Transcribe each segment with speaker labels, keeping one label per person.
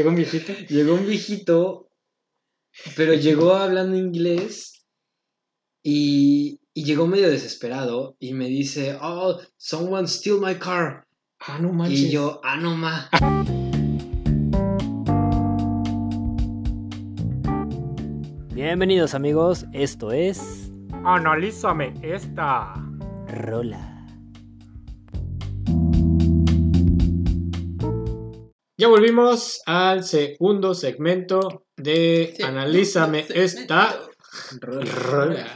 Speaker 1: Llegó un viejito.
Speaker 2: Llegó un viejito, pero llegó hablando inglés y, y llegó medio desesperado y me dice, oh, someone steal my car.
Speaker 1: Ah, no manches.
Speaker 2: Y yo, ah, no ma.
Speaker 3: Bienvenidos amigos, esto es
Speaker 1: Analízame esta.
Speaker 3: Rola.
Speaker 1: Ya volvimos al segundo segmento de Analízame esta. rola.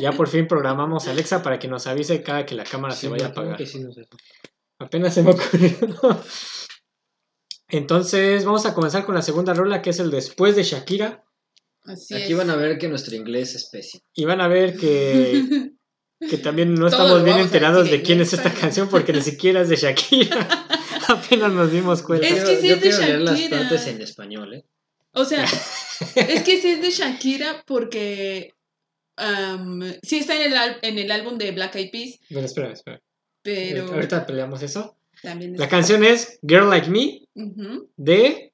Speaker 1: ya por fin programamos a Alexa para que nos avise cada que la cámara se vaya a apagar. Apenas se me ocurrió. Entonces, vamos a comenzar con la segunda rola, que es el después de Shakira.
Speaker 4: Así
Speaker 2: Aquí
Speaker 4: es.
Speaker 2: van a ver que nuestro inglés es pésimo.
Speaker 1: Y van a ver que, que también no
Speaker 4: Todo
Speaker 1: estamos
Speaker 4: lo
Speaker 1: bien
Speaker 4: vamos a
Speaker 1: enterados
Speaker 4: decir
Speaker 1: de
Speaker 4: en
Speaker 1: quién es esta
Speaker 4: español.
Speaker 1: canción, porque ni siquiera es de Shakira. Apenas nos dimos cuenta.
Speaker 4: Es
Speaker 2: Yo-
Speaker 4: que sí
Speaker 2: yo
Speaker 4: es de
Speaker 2: quiero leer las
Speaker 4: Shakira.
Speaker 2: partes en español, ¿eh?
Speaker 4: O sea, es que sí es de Shakira porque am, sí está en el, al- en el álbum de Black Eyed Peas,
Speaker 1: Bueno, espera, espera.
Speaker 4: pero
Speaker 1: Eh, Ahorita peleamos eso.
Speaker 4: también es-
Speaker 1: La canción es Girl Like Me
Speaker 4: Ujú.
Speaker 1: de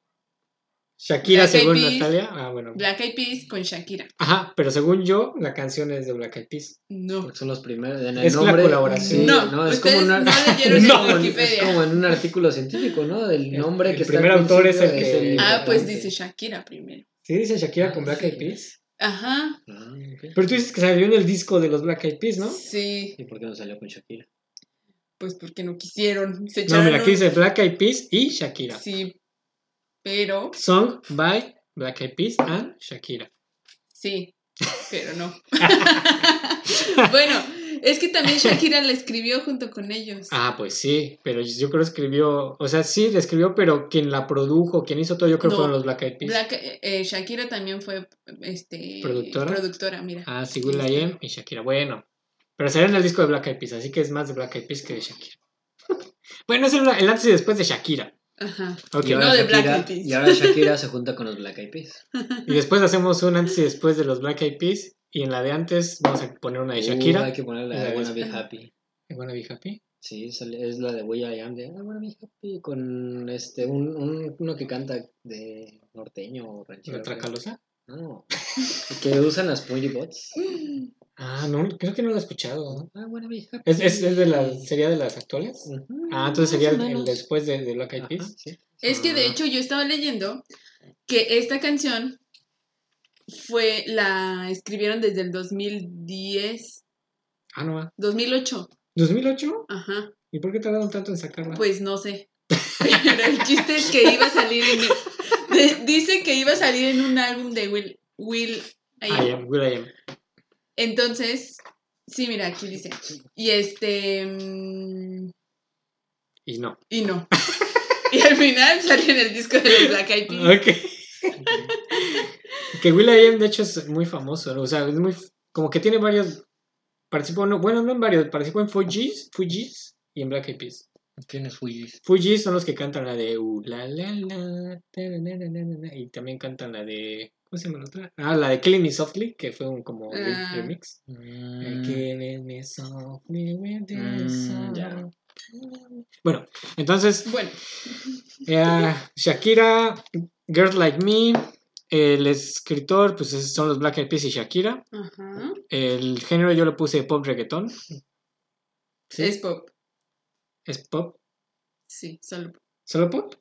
Speaker 1: Shakira,
Speaker 4: Black Eyed
Speaker 1: según
Speaker 4: Peas.
Speaker 1: Natalia. Ah, bueno.
Speaker 4: Black Eyed Peas con Shakira.
Speaker 1: Ajá, pero según yo, la canción es de Black Eyed Peas.
Speaker 4: No.
Speaker 2: Porque son los primeros. En el
Speaker 1: Es la
Speaker 2: nombre,
Speaker 1: colaboración.
Speaker 2: Sí,
Speaker 4: no,
Speaker 2: no, es como
Speaker 4: ustedes
Speaker 2: una-
Speaker 4: no leyeron
Speaker 1: No,
Speaker 4: en
Speaker 2: en- es
Speaker 4: Wikipedia.
Speaker 2: como en un artículo científico, ¿no? Del
Speaker 1: El-
Speaker 2: nombre
Speaker 1: el
Speaker 2: que está al
Speaker 1: primer autor es el
Speaker 2: principio
Speaker 1: que-
Speaker 4: Ah, pues dice Shakira primero.
Speaker 1: ¿Sí dice Shakira
Speaker 4: Ah,
Speaker 1: con Black Eyed
Speaker 2: Sí.
Speaker 1: Peas?
Speaker 4: Ajá.
Speaker 2: Ah, ok.
Speaker 1: Pero tú dices que salió en el disco de los Black Eyed Peas, ¿no?
Speaker 4: Sí,
Speaker 2: ¿Y por qué no salió con Shakira?
Speaker 4: pues porque no quisieron. Se
Speaker 1: No,
Speaker 4: echaron
Speaker 1: mira, aquí
Speaker 4: un-
Speaker 1: dice Black Eyed Peas y Shakira.
Speaker 4: Sí, pero
Speaker 1: Song by Black Eyed Peas and Shakira.
Speaker 4: Sí, pero no. bueno, es que también Shakira la escribió junto con ellos.
Speaker 1: Ah, pues sí, pero yo creo que escribió, o sea, sí, la escribió, pero quien la produjo, quien hizo todo, yo creo que
Speaker 4: No.
Speaker 1: fueron los Black Eyed Peas.
Speaker 4: Black- eh, eh, Shakira también fue este,
Speaker 1: ¿Productora?
Speaker 4: mira.
Speaker 1: Ah, sí,
Speaker 2: Este.
Speaker 1: Will I Am y Shakira. Bueno, pero salió en el disco de Black Eyed Peas, así que es más de Black Eyed Peas que de Shakira. bueno, es el, el antes y después de Shakira.
Speaker 4: Ajá.
Speaker 1: Ok,
Speaker 2: Y ahora
Speaker 4: No, de
Speaker 2: Shakira-
Speaker 4: Black Eyed Peas.
Speaker 2: Y ahora Shakira se junta con los Black Eyed Peas.
Speaker 1: y después hacemos un antes y después de los Black Eyed Peas, y en la de antes vamos a poner una de Shakira.
Speaker 2: Uh, hay que ponerla
Speaker 1: La
Speaker 2: de
Speaker 1: de-
Speaker 2: I Wanna Be Happy.
Speaker 1: I wanna be happy.
Speaker 2: Sí, es el- es la de Way I Am de I Wanna Be Happy con este, un, un- uno que canta de norteño o ranchero.
Speaker 1: ¿La
Speaker 2: creo.
Speaker 1: Tracalosa?
Speaker 2: No. que usan las Bots.
Speaker 1: Ah, no, creo que no la he escuchado. ¿no?
Speaker 2: I Wanna Be Happy.
Speaker 1: ¿Es, es, es de la, ¿Sería de las actuales?
Speaker 2: Ujú,
Speaker 1: Ah, entonces sería
Speaker 2: Mm,
Speaker 1: el,
Speaker 2: más o
Speaker 1: el
Speaker 2: menos.
Speaker 1: después de, de Black Eyed
Speaker 2: Ajá,
Speaker 1: Peas.
Speaker 2: sí.
Speaker 4: Es que
Speaker 1: Ah.
Speaker 4: de hecho yo estaba leyendo que esta canción fue la escribieron desde el 2010,
Speaker 1: Ah, no, va.
Speaker 4: 2008.
Speaker 1: ¿2008?
Speaker 4: Ajá.
Speaker 1: ¿Y por qué tardaron tanto en sacarla?
Speaker 4: Pues no sé. Pero el chiste es que iba a salir en. de- dice que iba a salir en un álbum de Will. Will I Am.
Speaker 1: I am, Will I am.
Speaker 4: Entonces, sí, mira, aquí dice. Y este. mm,
Speaker 1: Y no.
Speaker 4: Y no. Y al final sale en el disco de los Black Eyed Peas.
Speaker 1: Ok. que Will I Am, de hecho, es muy famoso. ¿no? O sea, es muy. Como que tiene varios. Participó, no, bueno, no en varios. Participó en Fugees, Fugees y en Black Eyed Peas.
Speaker 2: ¿Quién es Willis?
Speaker 1: Fugees son los que cantan la de. Uh, la, la, la, ta, la, la, la, la, la, la, y también cantan la de. ¿Cómo se llama la otra? Ah, la de Killing Me Softly, que fue un como re-
Speaker 4: Ah.
Speaker 1: remix. Eh, Killing Me Softly with this
Speaker 2: Mm, ya.
Speaker 1: song. Bueno, entonces
Speaker 4: Bueno,
Speaker 1: eh, Shakira, Girls Like Me, el escritor, pues es- son los Black Eyed Peas y Shakira.
Speaker 4: ajá.
Speaker 1: El género yo lo puse pop reggaetón,
Speaker 4: Es pop.
Speaker 1: es pop,
Speaker 4: Sí, solo pop.
Speaker 1: solo pop.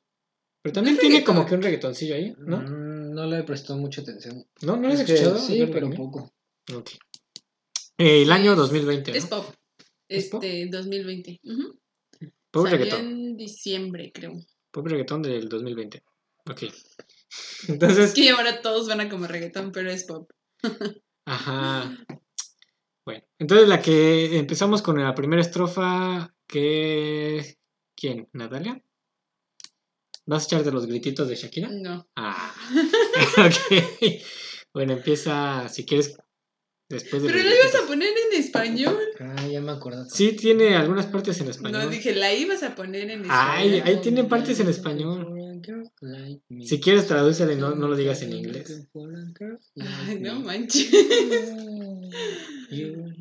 Speaker 1: Pero también
Speaker 4: Es
Speaker 1: tiene
Speaker 4: reggaetón.
Speaker 1: como que un reggaetoncillo ahí, ¿no?
Speaker 2: Mm, No le prestó mucha atención.
Speaker 1: ¿No, ¿No lo has
Speaker 4: Este,
Speaker 2: Es que
Speaker 1: escuchado?
Speaker 2: Sí,
Speaker 1: Girls Like
Speaker 2: pero
Speaker 1: Me?
Speaker 2: poco.
Speaker 1: Ok. Eh, el
Speaker 4: Sí,
Speaker 1: año
Speaker 4: es-
Speaker 1: 2020,
Speaker 4: Es
Speaker 1: ¿no?
Speaker 4: pop.
Speaker 1: ¿Es pop?
Speaker 4: Este, 2020. Ujú.
Speaker 1: Pop
Speaker 4: Salió
Speaker 1: reggaetón.
Speaker 4: en diciembre, creo.
Speaker 1: Pop reggaetón del 2020. Ok.
Speaker 4: Es
Speaker 1: Entonces,
Speaker 4: que ahora todos van a como reggaetón, pero es pop.
Speaker 1: Ajá. Bueno, entonces la que empezamos con la primera estrofa, que... ¿Quién? ¿Natalia? ¿Vas a echar de los grititos de Shakira?
Speaker 4: No.
Speaker 1: Ah, ok. Bueno, empieza, si quieres, después de
Speaker 4: Pero
Speaker 1: los
Speaker 4: lo ibas a
Speaker 1: grititos.
Speaker 4: poner en español.
Speaker 2: Ah, ya me acuerdo.
Speaker 1: Sí, tiene algunas partes en español.
Speaker 4: No, dije, la ibas a poner en español.
Speaker 1: ¿Ah, Ay, ahí tienen partes en español. Si quieres, tradúcele, no, no lo digas en inglés.
Speaker 4: Ay, no manches.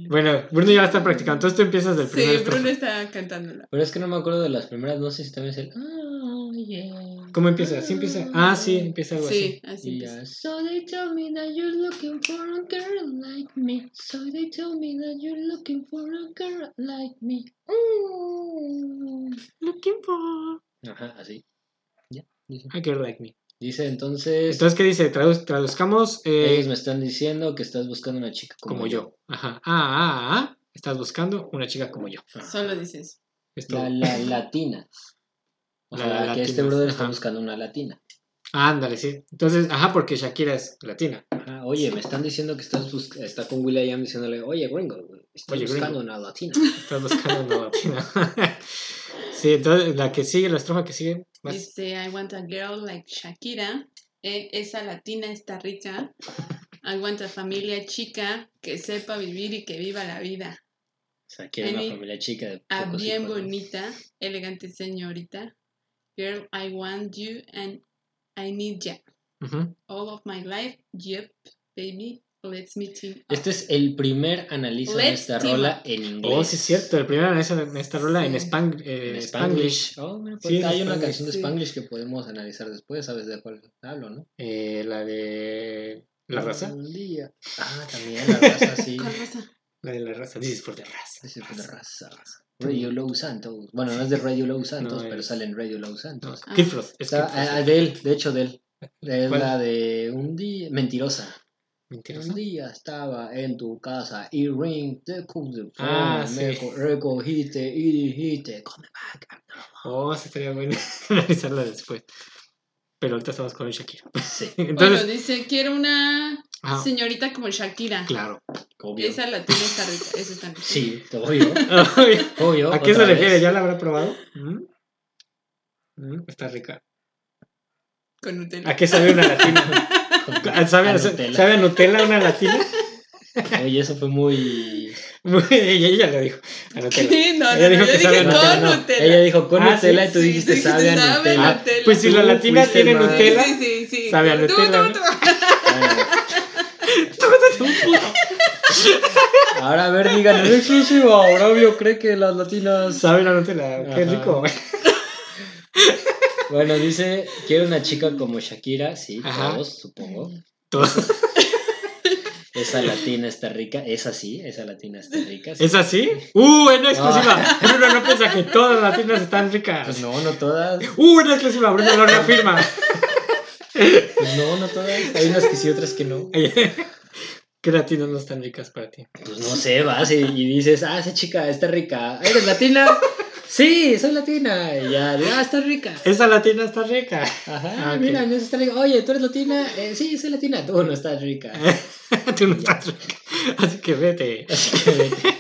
Speaker 1: Bueno, Bruno ya la está practicando, entonces tú empiezas del primer
Speaker 4: Sí,
Speaker 1: estrofa.
Speaker 4: Bruno está cantándola.
Speaker 2: Pero es que no me acuerdo de las primeras, no sé si también es el... "Ah, yeah".
Speaker 1: ¿Cómo empieza? ¿Sí empieza? Ah, sí, empieza algo
Speaker 4: Sí,
Speaker 1: así.
Speaker 4: así
Speaker 2: Y
Speaker 4: empieza.
Speaker 2: ya es-
Speaker 5: So they tell me that you're looking for a girl like me. So they tell me that you're looking for a girl like me. Mm.
Speaker 1: Looking for
Speaker 2: Ajá, así.
Speaker 1: a girl like me.
Speaker 2: Dice entonces.
Speaker 1: Entonces, ¿qué dice? Tradu- traduzcamos. eh,
Speaker 2: ellos me están diciendo que estás buscando una chica como,
Speaker 1: como yo. Ajá. Ah, ah, ah. Estás buscando una chica como yo.
Speaker 2: Ajá.
Speaker 4: Solo dices.
Speaker 1: Es todo.
Speaker 2: La, la latina. O
Speaker 1: La
Speaker 2: sea, que
Speaker 1: latina,
Speaker 2: este brother está
Speaker 1: ajá.
Speaker 2: buscando una latina.
Speaker 1: Ah, ándale, sí. Entonces, ajá, porque Shakira es latina.
Speaker 2: Ajá, oye, me están diciendo que estás bus- está con William diciéndole, oye, gringo, güey, estoy
Speaker 1: Oye,
Speaker 2: buscando
Speaker 1: gringo.
Speaker 2: una latina.
Speaker 1: Estás buscando una latina. sí, entonces, la que sigue, la estrofa que sigue. vas.
Speaker 4: Dice, Este, I want a girl like Shakira. Eh, esa latina está rica. I want a familia chica que sepa vivir y que viva la vida.
Speaker 2: O sea, quiere una
Speaker 4: Any-
Speaker 2: familia chica de
Speaker 4: A
Speaker 2: pocos
Speaker 4: ah, bien
Speaker 2: hijos, ¿no?
Speaker 4: bonita, elegante señorita. Girl, I want you and I need ya.
Speaker 1: Ujú.
Speaker 4: All of my life, yep, baby, let's meet him.
Speaker 2: Este es el primer análisis de
Speaker 4: Let's
Speaker 2: esta
Speaker 4: team
Speaker 2: rola en inglés.
Speaker 1: Oh, sí, es cierto. El primero en esa- en esta rola en,
Speaker 4: Sí.
Speaker 1: Spang- eh,
Speaker 2: En
Speaker 1: Spanglish.
Speaker 2: Spanglish. Oh, mira, pues,
Speaker 1: Sí, en
Speaker 2: hay una
Speaker 1: Spanglish.
Speaker 2: canción de
Speaker 4: Sí.
Speaker 2: Spanglish que podemos analizar después, ¿sabes de cuál hablo, no?
Speaker 1: Eh, la de. La raza.
Speaker 2: Un día. Ah, también la raza, sí.
Speaker 4: ¿Cuál raza?
Speaker 1: La de la raza. Dices por de raza.
Speaker 2: Es el de raza. Radio Low Santos. Bueno, no es de Radio Low Santos,
Speaker 1: No,
Speaker 2: pero
Speaker 1: es-
Speaker 2: sale en Radio Low Santos.
Speaker 4: Ah.
Speaker 1: Kid Frost,
Speaker 2: O
Speaker 1: Es
Speaker 2: sea,
Speaker 1: Kid Frost.
Speaker 2: ah, de él, de hecho, de él. Es
Speaker 1: ¿Cuál?
Speaker 2: la de un día. Mentirosa.
Speaker 1: Mentiroso.
Speaker 2: Un día estaba en tu casa y ring te cubrí.
Speaker 1: Ah,
Speaker 2: me
Speaker 1: sí.
Speaker 2: co- recogiste y dijiste, come back. I'm not-"
Speaker 1: Oh, sí, estaría bueno analizarla después. Pero ahorita estamos con Shakira.
Speaker 2: Sí,
Speaker 1: Entonces,
Speaker 4: bueno, dice, quiero una
Speaker 1: ajá,
Speaker 4: señorita como Shakira.
Speaker 1: claro.
Speaker 2: obvio.
Speaker 4: Esa latina está rica, esa está rica.
Speaker 2: Sí, obvio.
Speaker 1: ¿A
Speaker 2: obvio
Speaker 1: qué se
Speaker 2: otra
Speaker 1: refiere?
Speaker 2: vez.
Speaker 1: ¿Ya la habrá probado? ¿Mm? ¿Mm? Está rica.
Speaker 4: Con Nutella.
Speaker 1: ¿A qué sabe una latina? ¿A- ¿Sabe a,
Speaker 2: A
Speaker 1: Nutella.
Speaker 2: Nutella.
Speaker 1: ¿sabe a Nutella una latina?
Speaker 2: Oye, eso fue muy.
Speaker 1: Muy- ella, ella lo dijo. A Nutella.
Speaker 4: ¿Qué? No, no,
Speaker 1: Ella dijo
Speaker 4: no, yo
Speaker 1: que sabe a
Speaker 4: dije con
Speaker 1: Nutella,
Speaker 2: no.
Speaker 4: Nutella.
Speaker 2: Ella dijo con
Speaker 1: Ah,
Speaker 2: Nutella y tú
Speaker 4: Sí,
Speaker 2: dijiste
Speaker 4: sí,
Speaker 2: sabe a
Speaker 4: sabe a
Speaker 2: Nutella.
Speaker 4: Nutella.
Speaker 1: Pues si la
Speaker 2: Tú
Speaker 1: latina
Speaker 2: fuiste
Speaker 1: tiene
Speaker 2: más-
Speaker 1: Nutella.
Speaker 4: Sí, sí, sí.
Speaker 1: Sabe a
Speaker 4: Tú, tú,
Speaker 1: Nutella,
Speaker 4: tú.
Speaker 2: Ah. Ahora a ver, digan, ¿es exclusivo? Braulio cree que las latinas.
Speaker 1: ¿Sabe a Nutella? Qué
Speaker 2: Ajá.
Speaker 1: rico.
Speaker 2: Bueno, dice, quiero una chica como Shakira, sí,
Speaker 1: Ajá.
Speaker 2: todos, supongo.
Speaker 4: Mm.
Speaker 1: Todo.
Speaker 2: Esa latina está rica, esa sí, esa latina está rica. sí.
Speaker 1: ¿Es así? ¡Uh, en exclusiva! Bruno no piensa que todas las latinas están
Speaker 2: Ah. Pues
Speaker 1: ricas.
Speaker 2: no, no todas.
Speaker 1: ¡Uh, en exclusiva! Bruno lo reafirma.
Speaker 2: Pues no, no todas. Hay unas que sí, otras que no.
Speaker 1: ¿Qué latinas no están ricas para ti?
Speaker 2: Pues no sé, vas y, y dices, ah, esa chica está rica. ¿Eres latina? Sí, soy latina. Y ya, de, ah, está rica.
Speaker 1: Esa latina está rica.
Speaker 2: Ajá,
Speaker 1: Ah, ok.
Speaker 2: mira, no está rica. Oye, ¿tú eres latina? Eh, sí, soy latina. Tú no estás rica.
Speaker 1: Tú no estás rica. Así que vete.
Speaker 2: Así que vete.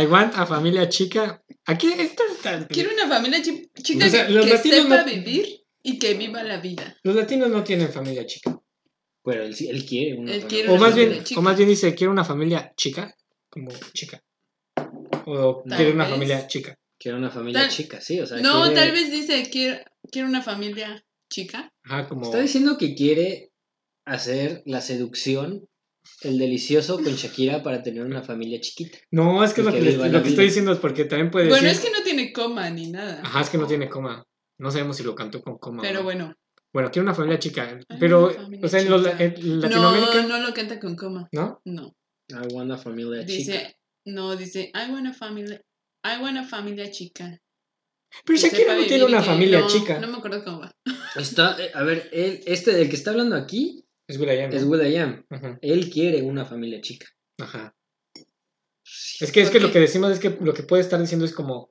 Speaker 1: I want a familia chica. Aquí esto está-
Speaker 4: Quiero una familia chi- chica
Speaker 1: O sea,
Speaker 4: que,
Speaker 1: los
Speaker 4: que
Speaker 1: latinos
Speaker 4: sepa
Speaker 1: no-
Speaker 4: vivir y que viva la vida.
Speaker 1: Los latinos no tienen familia chica.
Speaker 2: Pero él, sí- él quiere una.
Speaker 4: Él
Speaker 2: buena-
Speaker 4: quiere
Speaker 1: O
Speaker 4: una
Speaker 1: más
Speaker 4: familia
Speaker 1: bien,
Speaker 4: chica.
Speaker 1: o más bien dice, quiero una familia chica. Como chica. O
Speaker 2: Tal
Speaker 1: quiero una
Speaker 4: vez.
Speaker 1: familia chica.
Speaker 2: Quiere una familia
Speaker 4: Tal-
Speaker 2: chica, sí, o sea.
Speaker 4: no,
Speaker 2: quiere-
Speaker 4: tal vez dice, quiero, quiero una familia chica.
Speaker 1: Ajá, como.
Speaker 2: Está diciendo que quiere hacer la seducción, el delicioso con Shakira para tener una familia chiquita.
Speaker 1: No, es que es lo
Speaker 2: Que
Speaker 1: que, le-
Speaker 2: viva la
Speaker 1: lo que
Speaker 2: vida.
Speaker 1: estoy diciendo es porque también puede
Speaker 4: Bueno, es
Speaker 1: decir.
Speaker 4: que no tiene coma ni nada.
Speaker 1: Ajá, es que no tiene coma. No sabemos si lo cantó con coma. o
Speaker 4: Pero
Speaker 1: no.
Speaker 4: bueno.
Speaker 1: Bueno, quiero una familia chica.
Speaker 4: Ay,
Speaker 1: Pero,
Speaker 4: una familia
Speaker 1: o sea, en, los-
Speaker 4: chica.
Speaker 1: en Latinoamérica.
Speaker 4: No, no lo canta con coma.
Speaker 1: ¿No?
Speaker 4: No.
Speaker 2: I want a familia chica.
Speaker 4: Dice, no, dice, I want a family. I want a familia chica.
Speaker 1: Pero
Speaker 4: que sepa
Speaker 1: Shakira no
Speaker 4: vivir
Speaker 1: tiene
Speaker 4: y
Speaker 1: una
Speaker 4: que-
Speaker 1: familia
Speaker 4: no,
Speaker 1: chica.
Speaker 4: No me acuerdo cómo va.
Speaker 2: Está, eh, a ver, él, este del que está hablando aquí
Speaker 1: Es Will.i.am.
Speaker 2: es Will.i.am.
Speaker 1: Ajá,
Speaker 2: Él quiere una familia chica.
Speaker 1: ajá. Es que, es que
Speaker 4: Ok.
Speaker 1: lo que decimos es que lo que puede estar diciendo es como,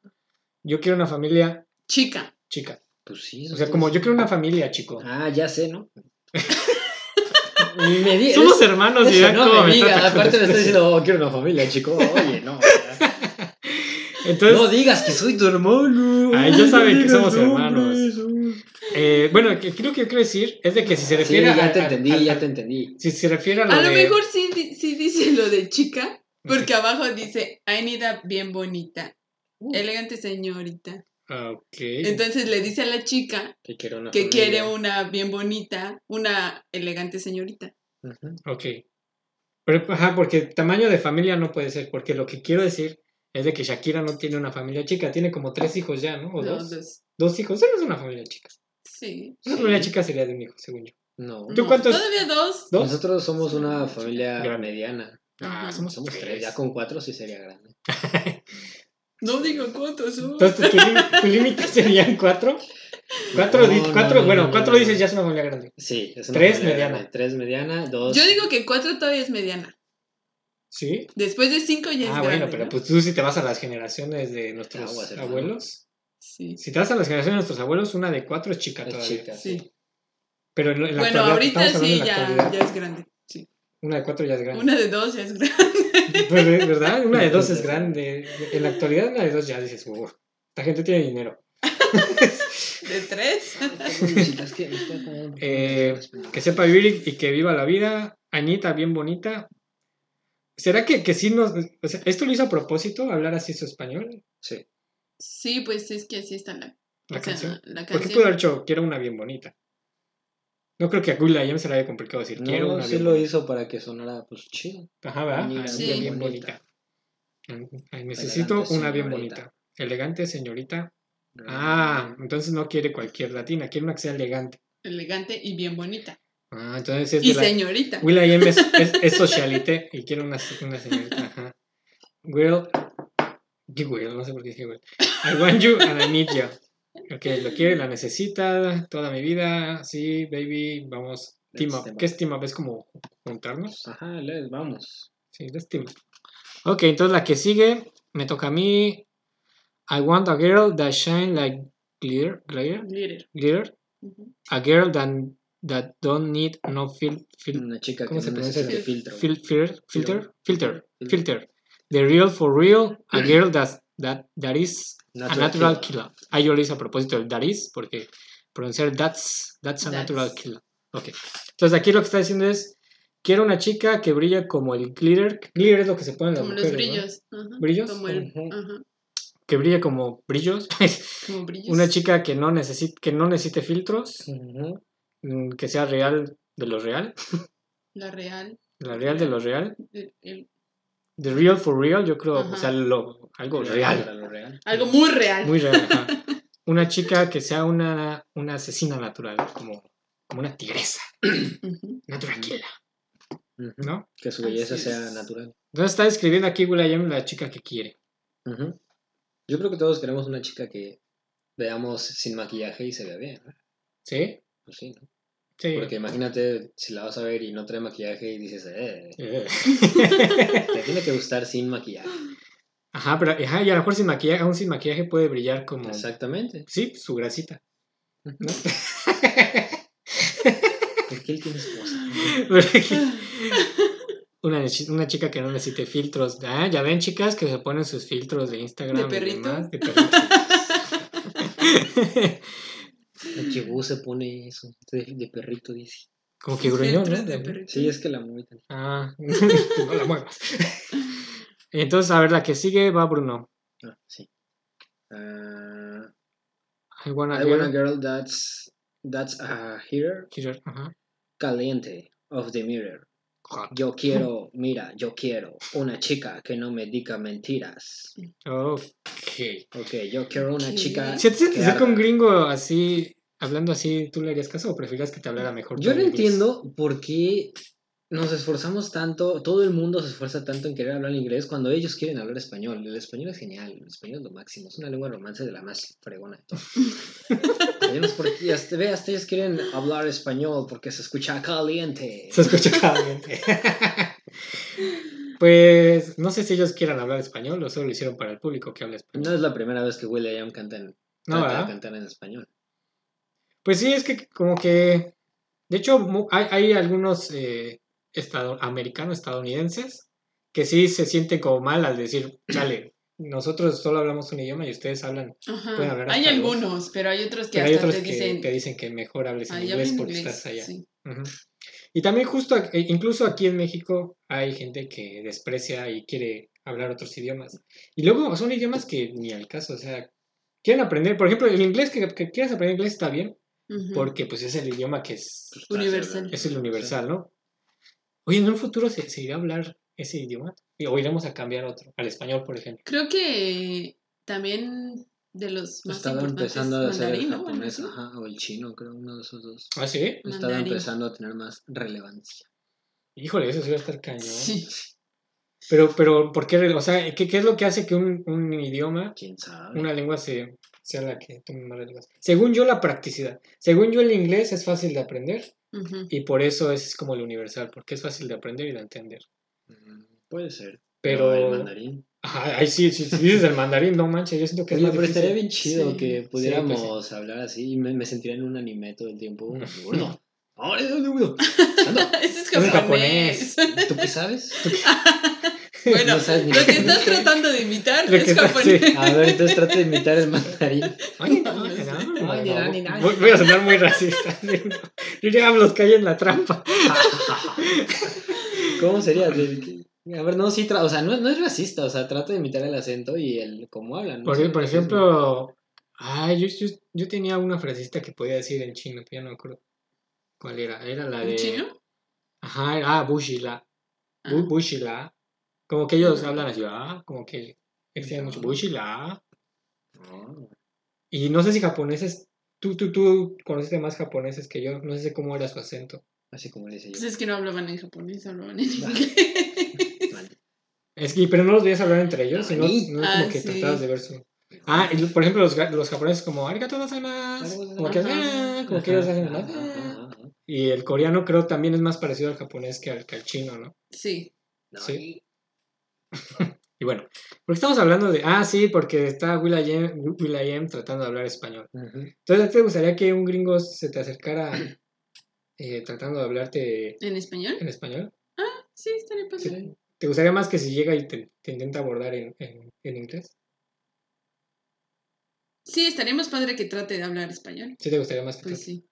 Speaker 1: yo quiero una familia
Speaker 4: Chica.
Speaker 1: chica.
Speaker 2: Pues sí. eso
Speaker 1: O sea,
Speaker 2: está
Speaker 1: como yo
Speaker 2: diciendo.
Speaker 1: quiero una familia, chico.
Speaker 2: Ah, ya sé, ¿no? Ni me digas.
Speaker 1: Somos hermanos y vean
Speaker 2: no
Speaker 1: cómo
Speaker 2: me
Speaker 1: me
Speaker 2: digas.
Speaker 1: trata con
Speaker 2: Aparte me está
Speaker 1: desprecio.
Speaker 2: diciendo, oh, quiero una familia, chico. Oye, no. o sea,
Speaker 1: Entonces,
Speaker 2: no digas que soy tu hermano.
Speaker 1: Ay, ya saben que
Speaker 2: Digas
Speaker 1: somos
Speaker 2: nombres,
Speaker 1: eh, bueno, que, creo que quiero decir es de que si se
Speaker 2: oh. Sí,
Speaker 1: refiere a...
Speaker 2: ya te
Speaker 1: a-
Speaker 2: entendí,
Speaker 1: a-
Speaker 2: ya te entendí.
Speaker 1: Si se refiere a lo
Speaker 4: A lo
Speaker 1: de-
Speaker 4: mejor sí, di- sí dice lo de chica, porque abajo dice, I need a bien bonita,
Speaker 1: Uh.
Speaker 4: elegante señorita.
Speaker 1: Ah, ok.
Speaker 4: Entonces le dice a la chica
Speaker 2: Que quiero una
Speaker 4: que
Speaker 2: familia.
Speaker 4: quiere una bien bonita, una elegante señorita.
Speaker 2: Ujú.
Speaker 1: Ok. Pero, ajá, porque tamaño de familia no puede ser, porque lo que quiero decir es de que Shakira no tiene una familia chica, tiene como tres hijos ya, ¿no? O
Speaker 4: No,
Speaker 1: dos.
Speaker 4: dos.
Speaker 1: Dos hijos, eso no es una familia chica.
Speaker 4: Sí.
Speaker 1: Una primera chica sería de un hijo, según yo.
Speaker 2: No.
Speaker 1: ¿Tú cuántos?
Speaker 4: Todavía dos.
Speaker 1: ¿Dos?
Speaker 2: Nosotros somos una
Speaker 4: Sí,
Speaker 2: familia
Speaker 1: grande.
Speaker 2: mediana.
Speaker 1: Ah,
Speaker 4: Ajá,
Speaker 1: somos,
Speaker 2: Somos
Speaker 1: tres.
Speaker 2: tres. Ya con cuatro sí sería grande.
Speaker 4: No digo cuántos son.
Speaker 1: Entonces, ¿tu lim- ¿tu límite serían cuatro? Cuatro,
Speaker 2: No,
Speaker 1: di-
Speaker 2: no,
Speaker 1: cuatro
Speaker 2: no,
Speaker 1: bueno,
Speaker 2: no,
Speaker 1: cuatro
Speaker 2: no.
Speaker 1: dices ya es una familia grande.
Speaker 2: Sí. es
Speaker 1: Tres
Speaker 2: familia
Speaker 1: mediana.
Speaker 2: grande. Tres mediana, dos.
Speaker 4: Yo digo que cuatro todavía es mediana.
Speaker 1: ¿Sí?
Speaker 4: Después de cinco ya es
Speaker 1: Ah,
Speaker 4: grande.
Speaker 1: bueno, pero
Speaker 4: ¿no?
Speaker 1: pues tú si te vas a las generaciones de nuestros
Speaker 2: Aguas, hermano.
Speaker 1: abuelos.
Speaker 4: Sí.
Speaker 1: Si te vas a las generaciones de nuestros abuelos, una de cuatro es chica
Speaker 2: es
Speaker 1: todavía.
Speaker 2: chica, sí.
Speaker 4: Sí.
Speaker 1: Pero en, la- en la
Speaker 4: Bueno,
Speaker 1: actualidad,
Speaker 4: ahorita
Speaker 1: estamos hablando
Speaker 4: sí
Speaker 1: de la
Speaker 4: ya,
Speaker 1: actualidad.
Speaker 4: ya es grande. Sí.
Speaker 1: Una de cuatro ya es grande.
Speaker 4: Una de dos ya es grande.
Speaker 1: Pues, eh, ¿Verdad? Una de dos es
Speaker 2: Entonces,
Speaker 1: grande. En la actualidad, una de dos ya dices, uff, esta gente tiene dinero.
Speaker 4: De tres.
Speaker 2: Chicas, que me estoy acomodando.
Speaker 1: Eh, Que sepa vivir y, y que viva la vida. Añita, bien bonita. ¿Será que, que sí nos... o sea, ¿Esto lo hizo a propósito, hablar así su español?
Speaker 2: Sí.
Speaker 4: Sí, pues es que así está la,
Speaker 1: La
Speaker 4: o sea,
Speaker 1: canción.
Speaker 4: La
Speaker 1: Porque
Speaker 4: canción.
Speaker 1: pudo haber hecho, quiero una bien bonita. No creo que a Will I Am se le haya complicado decir, quiero
Speaker 2: No,
Speaker 1: una
Speaker 2: sí
Speaker 1: bien
Speaker 2: lo
Speaker 1: bonita.
Speaker 2: hizo para que sonara pues chido.
Speaker 1: Ajá, ¿verdad?
Speaker 2: Una
Speaker 1: Ah,
Speaker 4: Sí.
Speaker 1: bien,
Speaker 4: bien
Speaker 1: bien bonita.
Speaker 2: bonita.
Speaker 1: Ay, necesito
Speaker 2: Elegante
Speaker 1: una bien
Speaker 2: señorita.
Speaker 1: bonita. Elegante señorita. Ah, entonces no quiere cualquier latina, quiere una que sea elegante.
Speaker 4: Elegante y bien bonita.
Speaker 1: Ah, entonces es
Speaker 4: Y
Speaker 1: de la...
Speaker 4: señorita.
Speaker 1: Will I Am es, es, es socialite y quiere una, una señorita. Ajá. Will. Di Will, no sé por qué dije Will. I want you and I need you. Ok, lo quiere, la necesita toda mi vida. Sí, baby, vamos. Team
Speaker 2: Let's
Speaker 1: up.
Speaker 2: team
Speaker 1: ¿Qué
Speaker 2: up.
Speaker 1: es team up? ¿Es como juntarnos?
Speaker 2: Ajá, les vamos.
Speaker 1: Sí, let's team up. Ok, entonces la que sigue me toca a mí. I want a girl that shine like glitter, glitter,
Speaker 4: Glitter.
Speaker 1: glitter.
Speaker 4: Ujú.
Speaker 1: A girl that, that don't need no fil, fil,
Speaker 2: Una chica que
Speaker 1: ¿Cómo se
Speaker 2: no
Speaker 1: pronuncia?
Speaker 2: necesita filtro.
Speaker 1: Fil- fil- filter, filter,
Speaker 2: Filter.
Speaker 1: filter. The real for real, a girl that's, that, that is a
Speaker 2: Natural
Speaker 1: natural
Speaker 2: killer.
Speaker 1: killer. Ah, yo lo hice a propósito el that is, porque pronunciar that's, that's a
Speaker 4: That's.
Speaker 1: natural killer. Ok. Entonces aquí lo que está diciendo es, quiero una chica que brilla como el glitter. Glitter es lo que se pone en las
Speaker 4: Como los
Speaker 1: mujeres, ¿no?
Speaker 4: brillos. Ajá.
Speaker 1: ¿Brillos?
Speaker 4: Como el.
Speaker 2: Ujú.
Speaker 4: Ajá.
Speaker 1: Que brilla como brillos. Pues,
Speaker 4: Como brillos.
Speaker 1: una chica que no, necesite, que no necesite filtros,
Speaker 2: Ujú.
Speaker 1: mm, que sea real de lo real,
Speaker 4: La real.
Speaker 1: la real de lo real.
Speaker 4: el- el-
Speaker 1: The real for real, yo creo,
Speaker 4: Ajá.
Speaker 1: o sea, lo- algo real.
Speaker 2: Lo real.
Speaker 4: Algo muy real.
Speaker 1: Muy real. ajá. Una chica que sea una, una asesina natural, como, como una tigresa,
Speaker 4: Ujú.
Speaker 1: una tranquila,
Speaker 2: Ujú.
Speaker 1: ¿no?
Speaker 2: Que su belleza
Speaker 4: Así
Speaker 2: sea
Speaker 4: es.
Speaker 2: natural.
Speaker 1: Entonces está describiendo aquí Will.i.am la chica que quiere.
Speaker 2: Ujú. Yo creo que todos queremos una chica que veamos sin maquillaje y se vea bien. ¿no?
Speaker 1: ¿Sí?
Speaker 2: Pues sí, ¿no?
Speaker 1: Sí.
Speaker 2: Porque imagínate si la vas a ver y no trae maquillaje y dices, eh,
Speaker 1: Eh.
Speaker 2: te tiene que gustar sin maquillaje.
Speaker 1: Ajá, pero ajá, y a lo mejor sin maquillaje, aún sin maquillaje puede brillar como...
Speaker 2: Exactamente.
Speaker 1: Sí, su grasita. ¿no?
Speaker 2: Porque él tiene esposa.
Speaker 4: Ah,
Speaker 1: una, chi- una chica que no necesite filtros. Ah, ya ven, chicas, que se ponen sus filtros de Instagram.
Speaker 4: ¿De
Speaker 1: y
Speaker 4: perrito?
Speaker 1: demás, de perrito.
Speaker 2: El chibú se pone eso de, de perrito, dice.
Speaker 1: Como que gruñón,
Speaker 4: Filtros
Speaker 1: ¿no?
Speaker 4: de perrito.
Speaker 2: Sí, es que la muy
Speaker 1: Ah, no la muevas. Entonces, a ver, la que sigue va Bruno.
Speaker 2: Ah, sí. Ah,
Speaker 1: I wanna
Speaker 2: I
Speaker 1: girl
Speaker 2: want a girl that's, that's a here
Speaker 1: killer, Ajá.
Speaker 2: caliente of the mirror.
Speaker 1: Hot.
Speaker 2: Yo quiero, mira, yo quiero una chica que no me diga mentiras.
Speaker 1: Ok.
Speaker 2: Ok, yo quiero una
Speaker 4: ¿Qué?
Speaker 2: chica.
Speaker 1: Si a ti se te
Speaker 2: que
Speaker 1: acerca un
Speaker 2: arda.
Speaker 1: gringo así, hablando así, ¿tú le harías caso o prefieres que te hablara mejor?
Speaker 2: Yo
Speaker 1: tú
Speaker 2: no
Speaker 1: en inglés?
Speaker 2: entiendo por qué nos esforzamos tanto, todo el mundo se esfuerza tanto en querer hablar inglés cuando ellos quieren hablar español. El español es genial, el español es lo máximo, es una lengua romance de la más fregona de todas. Yo no sé por qué, hasta, ve, hasta ellos quieren hablar español porque se escucha caliente.
Speaker 1: Se escucha claramente. pues no sé si ellos quieran hablar español o solo lo hicieron para el público que habla
Speaker 2: No
Speaker 1: español.
Speaker 2: es la primera vez que William canta en,
Speaker 1: No,
Speaker 2: trata de
Speaker 1: ¿verdad?
Speaker 2: cantar en español.
Speaker 1: Pues sí, es que como que... De hecho, mu- hay, hay algunos eh, estado- americanos, estadounidenses, que sí se sienten como mal al decir, chale, nosotros solo hablamos un idioma y ustedes hablan.
Speaker 4: Ajá.
Speaker 1: Pueden hablar
Speaker 4: Hay
Speaker 1: hasta dos.
Speaker 4: algunos, pero hay otros que
Speaker 1: Pero hay
Speaker 4: hasta
Speaker 1: otros
Speaker 4: te
Speaker 1: que
Speaker 4: dicen.
Speaker 1: te dicen que mejor hables en
Speaker 4: "Ay, habla
Speaker 1: inglés
Speaker 4: en
Speaker 1: porque
Speaker 4: inglés".
Speaker 1: estás allá.
Speaker 4: Sí.
Speaker 1: Ujú. Y también justo, ac- e incluso aquí en México hay gente que desprecia y quiere hablar otros idiomas. Y luego son idiomas que ni al caso, o sea, quieren aprender, por ejemplo, el inglés, que, que quieras aprender inglés está bien,
Speaker 4: Ujú.
Speaker 1: porque pues es el idioma que es,
Speaker 4: Universal.
Speaker 1: es el universal, ¿no? Oye, en un futuro se, se irá a hablar ese idioma, Y- o iremos a cambiar otro, al español, por ejemplo.
Speaker 4: Creo que también de
Speaker 1: Pues
Speaker 4: los más
Speaker 2: Estaba
Speaker 4: importantes
Speaker 2: empezando a hacer el
Speaker 4: mandarín, ¿no? Bueno,
Speaker 2: japonés,
Speaker 4: sí.
Speaker 2: ajá, o el chino, creo, uno de esos dos.
Speaker 1: ¿Ah, sí?
Speaker 2: Estaba
Speaker 4: Mandarín.
Speaker 2: empezando a tener más relevancia.
Speaker 1: Híjole, eso sí va a estar cañón.
Speaker 4: Sí.
Speaker 1: Pero, pero, ¿por qué? O sea, ¿qué, qué es lo que hace que un, un idioma,
Speaker 2: ¿Quién sabe?
Speaker 1: una lengua se- sea la que tome más relevancia? Según yo, la practicidad. Según yo, el inglés es fácil de aprender
Speaker 4: Ujú.
Speaker 1: y por eso es como el universal, porque es fácil de aprender y de entender.
Speaker 2: Mm, Puede ser.
Speaker 1: Pero,
Speaker 2: el mandarín.
Speaker 1: Ajá, ay, sí, sí, sí, dices el mandarín, no manches, yo siento que es
Speaker 2: Oye,
Speaker 1: más
Speaker 2: pero estaría
Speaker 1: difícil.
Speaker 2: bien chido
Speaker 4: Sí.
Speaker 2: que pudiéramos
Speaker 1: Sí, pues
Speaker 2: hablar así y me, me sentiría en un anime todo el tiempo. Gordo. ¡Ahora es gordo! Ando,
Speaker 4: Ese es
Speaker 1: Ese es
Speaker 4: japonés.
Speaker 2: ¿Tú qué sabes?
Speaker 4: bueno,
Speaker 2: No sabes ni
Speaker 4: lo
Speaker 2: qué
Speaker 4: que estás
Speaker 2: dije.
Speaker 4: tratando de imitar
Speaker 1: Lo que
Speaker 4: es
Speaker 1: estás-
Speaker 4: japonés.
Speaker 1: sí.
Speaker 2: A ver, entonces trata de imitar el mandarín.
Speaker 1: Ay,
Speaker 4: No,
Speaker 1: no,
Speaker 4: no sé.
Speaker 1: no,
Speaker 2: Ay,
Speaker 1: no,
Speaker 2: ni nada,
Speaker 1: no.
Speaker 2: ni nada.
Speaker 1: Voy- Voy a sonar muy racista. Yo ya hablo, caí en la trampa.
Speaker 2: ¿Cómo sería? De- A ver, no, sí, tra- o sea, no, no es racista, o sea, trata de imitar el acento y el cómo hablan. ¿no? O
Speaker 1: Por, e,
Speaker 2: sea,
Speaker 1: por
Speaker 2: racismo.
Speaker 1: ejemplo, ay, yo, yo, yo tenía una frasista que podía decir en chino, pero ya no me acuerdo cuál era. Era la de.
Speaker 4: ¿En chino?
Speaker 1: Ajá, era ah, Bushila. Bu-
Speaker 4: Ah.
Speaker 1: Bushila. Como que ellos
Speaker 4: Mm.
Speaker 1: hablan así, ah, como que extienden mucho.
Speaker 2: No.
Speaker 1: Bushila.
Speaker 2: No,
Speaker 1: Y no sé si japoneses. Tú, tú, tú conociste más japoneses que yo. No sé cómo era su acento.
Speaker 2: así como le dice
Speaker 4: Pues
Speaker 2: yo.
Speaker 4: es que no hablaban en japonés, hablaban en inglés.
Speaker 2: Vale.
Speaker 1: Es que, pero no los veías hablar entre ellos, sino no es como
Speaker 4: Ah,
Speaker 1: que
Speaker 4: sí.
Speaker 1: tratabas de ver su. Ah, y por ejemplo, los, ga- los japoneses como, arigato gozaimasu. Como que,
Speaker 4: Ajá.
Speaker 1: ah, como que ellos
Speaker 2: Ajá,
Speaker 1: hacen,
Speaker 2: ajá,
Speaker 1: ah.
Speaker 2: ajá, ajá.
Speaker 1: Y el coreano creo también es más parecido al japonés que al, que al chino, ¿no?
Speaker 4: Sí.
Speaker 2: No,
Speaker 1: Sí. Y bueno, porque estamos hablando de... Ah, sí, porque está Will.i.am Will.i.am tratando de hablar español.
Speaker 2: Ujú.
Speaker 1: Entonces, ¿a ti ¿te gustaría que un gringo se te acercara eh, tratando de hablarte
Speaker 4: ¿En español?
Speaker 1: en español?
Speaker 4: Sí, estaría padre.
Speaker 1: Sí. ¿Te gustaría más que si llega y te, te intenta abordar en, en- en inglés?
Speaker 4: Sí, estaría más padre que trate de hablar español.
Speaker 1: ¿Sí te gustaría más que
Speaker 4: Pues
Speaker 1: te-
Speaker 4: sí.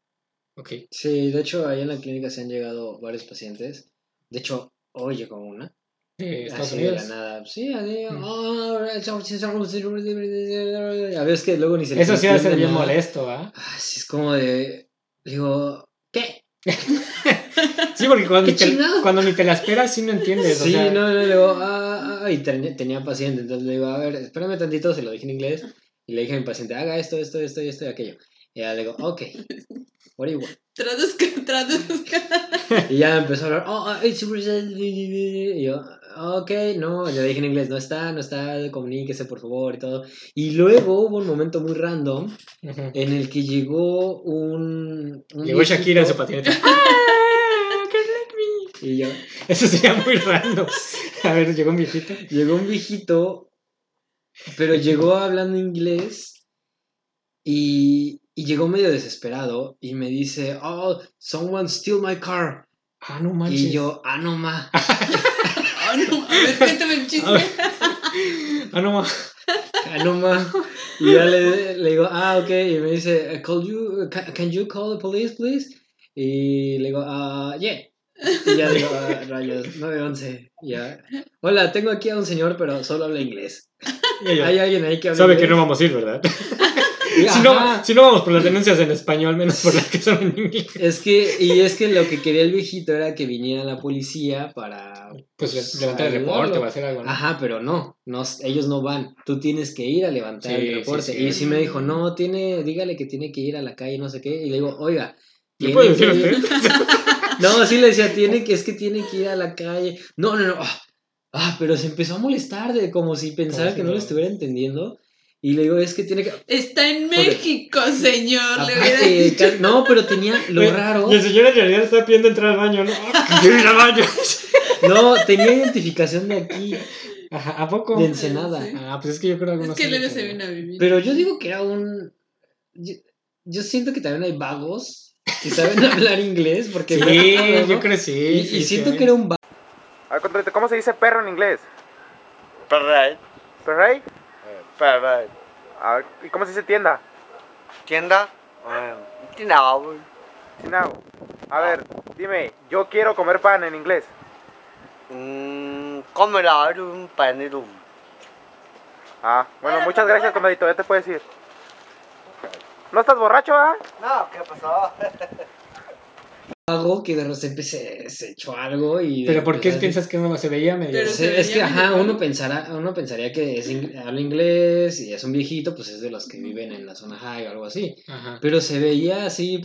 Speaker 1: Ok. eh,
Speaker 2: Sí, de hecho, ahí en la clínica se han llegado varios pacientes. De hecho, hoy llegó una.
Speaker 1: ¿De Estados
Speaker 2: Así de la
Speaker 1: Unidos?
Speaker 2: nada. Sí, así.
Speaker 1: Mm.
Speaker 2: "Oh, right, so- so- so- so- so- so- so-" A ver, es que luego ni se les
Speaker 1: Eso sí va a ser
Speaker 2: entiende
Speaker 1: bien
Speaker 2: nada.
Speaker 1: molesto, ¿ah?
Speaker 2: Ah, sí, es como de. Digo, ¿qué?
Speaker 1: Sí, porque cuando,
Speaker 2: ¿Qué
Speaker 1: ni te,
Speaker 2: chingado?
Speaker 1: cuando ni te la esperas, sí no entiendes.
Speaker 2: Sí,
Speaker 1: o sea,
Speaker 2: no, no, le digo, ah, ah, y ten- tenía paciente, entonces le digo, a ver, espérame tantito, se lo dije en inglés, y le dije a mi paciente, haga esto, esto, esto y esto y aquello. Y ya le digo, ok, what do you want?
Speaker 4: Traduzca, traduzca.
Speaker 2: Y ya empezó a hablar, oh, ah, it's y yo, ok, no, le dije en inglés, no está, no está, comuníquese por favor y todo. Y luego hubo un momento muy random
Speaker 1: Ujú.
Speaker 2: en el que llegó un... un
Speaker 1: Llegó Shakira en su
Speaker 2: viejito,
Speaker 1: patineta.
Speaker 2: Y yo,
Speaker 1: Eso sería muy random. A ver, llegó un viejito.
Speaker 2: Llegó un viejito, pero llegó hablando inglés y, y llegó medio desesperado y me dice, oh, someone steal my car.
Speaker 1: Ah, no manches.
Speaker 2: Y yo, ah, no ma.
Speaker 4: Oh, no. A ver, cuéntame el chisme.
Speaker 1: Ah, no ma.
Speaker 2: Ah, no ma. Y ya le, le digo, ah, ok. Y me dice, call you, ca- can you call the police, please? Y le digo, ah, yeah. Y ya digo, ah, rayos, 911. Ya. Hola, tengo aquí a un señor, pero solo habla inglés.
Speaker 1: Y yo,
Speaker 2: Hay alguien ahí que habla
Speaker 1: Sabe
Speaker 2: inglés.
Speaker 1: que no vamos a ir, ¿verdad?
Speaker 2: Y,
Speaker 1: Si no,
Speaker 2: "Ajá".
Speaker 1: si no vamos por las denuncias en español, menos por las que son en inglés.
Speaker 2: Es que, y es que lo que quería el viejito era que viniera la policía para.
Speaker 1: Pues le- levantar el
Speaker 2: ayudarlo.
Speaker 1: reporte o hacer algo, ¿no?
Speaker 2: Ajá, pero no, no, ellos no van. Tú tienes que ir a levantar
Speaker 1: Sí,
Speaker 2: el reporte.
Speaker 1: sí, sí.
Speaker 2: Y sí me dijo, no, tiene, dígale que tiene que ir a la calle, no sé qué. Y le digo, oiga.
Speaker 1: ¿Le
Speaker 2: tiene
Speaker 1: puede decir
Speaker 2: que
Speaker 1: a
Speaker 2: ir-".
Speaker 1: usted?
Speaker 2: No, sí le decía, tiene que, es que tiene que ir a la calle. No, no, no. Ah, ah, pero se empezó a molestar de como si pensara
Speaker 1: si
Speaker 2: que no lo
Speaker 1: no.
Speaker 2: estuviera entendiendo. Y le digo, es que tiene que.
Speaker 4: Está en México, señor. Le hubiera
Speaker 2: Aparte,
Speaker 4: dicho.
Speaker 2: ca- no, pero tenía lo
Speaker 1: Güey,
Speaker 2: raro.
Speaker 1: Y el señor en realidad está pidiendo entrar al baño, ¿no? Ah, ¡Quiero ir al baño!
Speaker 2: No, tenía identificación de aquí,
Speaker 1: Ajá, ¿a poco?
Speaker 2: de Ensenada.
Speaker 4: Sí.
Speaker 1: Ah, pues es que yo creo que
Speaker 4: Es
Speaker 1: algunos
Speaker 4: que
Speaker 1: son
Speaker 4: luego
Speaker 1: de
Speaker 4: se
Speaker 1: Ensenada.
Speaker 4: viene a vivir.
Speaker 2: Pero yo digo que era un. Yo, yo siento que también hay vagos que saben hablar inglés, porque.
Speaker 1: Sí, yo creo que sí.
Speaker 2: Y, y
Speaker 1: sí,
Speaker 2: siento
Speaker 1: sí.
Speaker 2: que era un vago.
Speaker 6: A ver, controlito, ¿cómo se dice perro en inglés?
Speaker 7: Parade.
Speaker 6: ¿Perrey?
Speaker 7: Eh, Parade.
Speaker 6: A ver, ¿y cómo se dice tienda?
Speaker 7: Tienda. Eh, Genau.
Speaker 6: Chinao. A ver, dime, yo quiero comer pan en inglés.
Speaker 7: Mm, Cómela era un panero.
Speaker 6: Ah, bueno, muchas gracias, comedito, ya te puedes ir. ¿No estás borracho, ah?
Speaker 7: No, ¿qué pasó?
Speaker 2: algo que de repente se, se echó algo y... de-
Speaker 1: Pero ¿por qué
Speaker 2: pues,
Speaker 1: piensas que no se veía medio?
Speaker 4: Pero-
Speaker 2: Sí,
Speaker 4: se
Speaker 2: es que,
Speaker 4: veía
Speaker 2: ajá,
Speaker 4: medio
Speaker 2: uno,
Speaker 4: raro.
Speaker 2: pensará, uno pensaría que es ing- habla inglés y es un viejito, pues es de los que viven en la zona high o algo así.
Speaker 1: Ajá.
Speaker 2: Pero se veía así.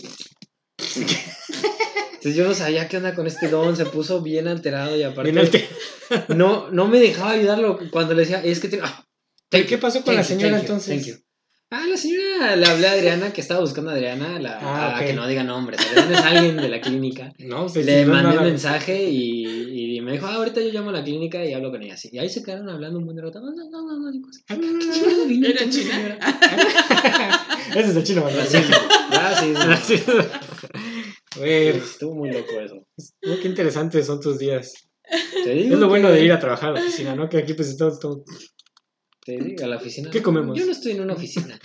Speaker 2: Entonces yo no sabía qué onda con este don, se puso bien alterado y aparte.
Speaker 1: Bien alte-
Speaker 2: No, no me dejaba ayudarlo cuando le decía, es que tengo. ah,
Speaker 1: ¿Pero
Speaker 2: thank
Speaker 1: qué
Speaker 2: you,
Speaker 1: pasó con la
Speaker 2: thank you,
Speaker 1: señora
Speaker 2: thank you,
Speaker 1: entonces?
Speaker 2: thank you. Ah, la señora le hablé a Adriana que estaba buscando a Adriana, la,
Speaker 1: Ah,
Speaker 2: a
Speaker 1: ok.
Speaker 2: que no diga nombres. Adriana es alguien de la clínica.
Speaker 1: No, se
Speaker 2: Le
Speaker 1: no,
Speaker 2: mandé
Speaker 1: no,
Speaker 2: un
Speaker 1: no.
Speaker 2: mensaje y, y me dijo, ah, ahorita yo llamo a la clínica y hablo con ella. así. Y ahí se quedaron hablando un buen rato. No, no, no, no, no.
Speaker 1: Ah,
Speaker 4: ¿Era china?
Speaker 1: Ese es el chino, ¿verdad?
Speaker 2: Racismo, racismo.
Speaker 1: Racismo. Güey,
Speaker 2: Estuvo muy loco eso.
Speaker 1: no, qué interesantes son tus días.
Speaker 2: Te digo
Speaker 1: Es lo bueno
Speaker 2: que-
Speaker 1: de ir a trabajar a la oficina, ¿no? Que aquí pues estamos todo...
Speaker 2: Te digo, a la oficina.
Speaker 1: ¿Qué
Speaker 2: no,
Speaker 1: comemos?
Speaker 2: Yo no estoy en una oficina.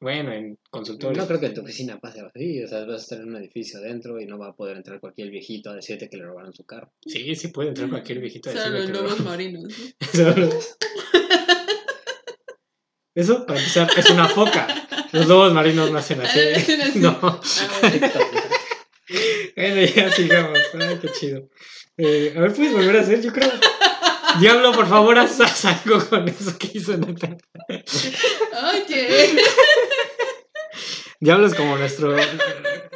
Speaker 1: Bueno, en
Speaker 2: No
Speaker 1: consultorio.
Speaker 2: creo que en tu oficina pase algo así. O sea, vas a estar en un edificio adentro y no va a poder entrar cualquier viejito a decirte que le robaron su carro.
Speaker 1: Sí, sí puede entrar cualquier viejito. a
Speaker 4: Solo
Speaker 1: decirme
Speaker 4: los
Speaker 1: que lo-
Speaker 4: lobos marinos.
Speaker 1: Solo los- Eso, para empezar, es una foca. Los lobos marinos no hacen así.
Speaker 4: Ah, no hacen así.
Speaker 1: No.
Speaker 4: Ah, bueno.
Speaker 1: Bueno, ya sigamos. Ay, qué chido. Eh, a ver, ¿puedes volver a hacer? Yo creo. Diablo, por favor, haz, haz algo con eso que hizo Nata.
Speaker 4: Oye,
Speaker 1: Diablo es como nuestro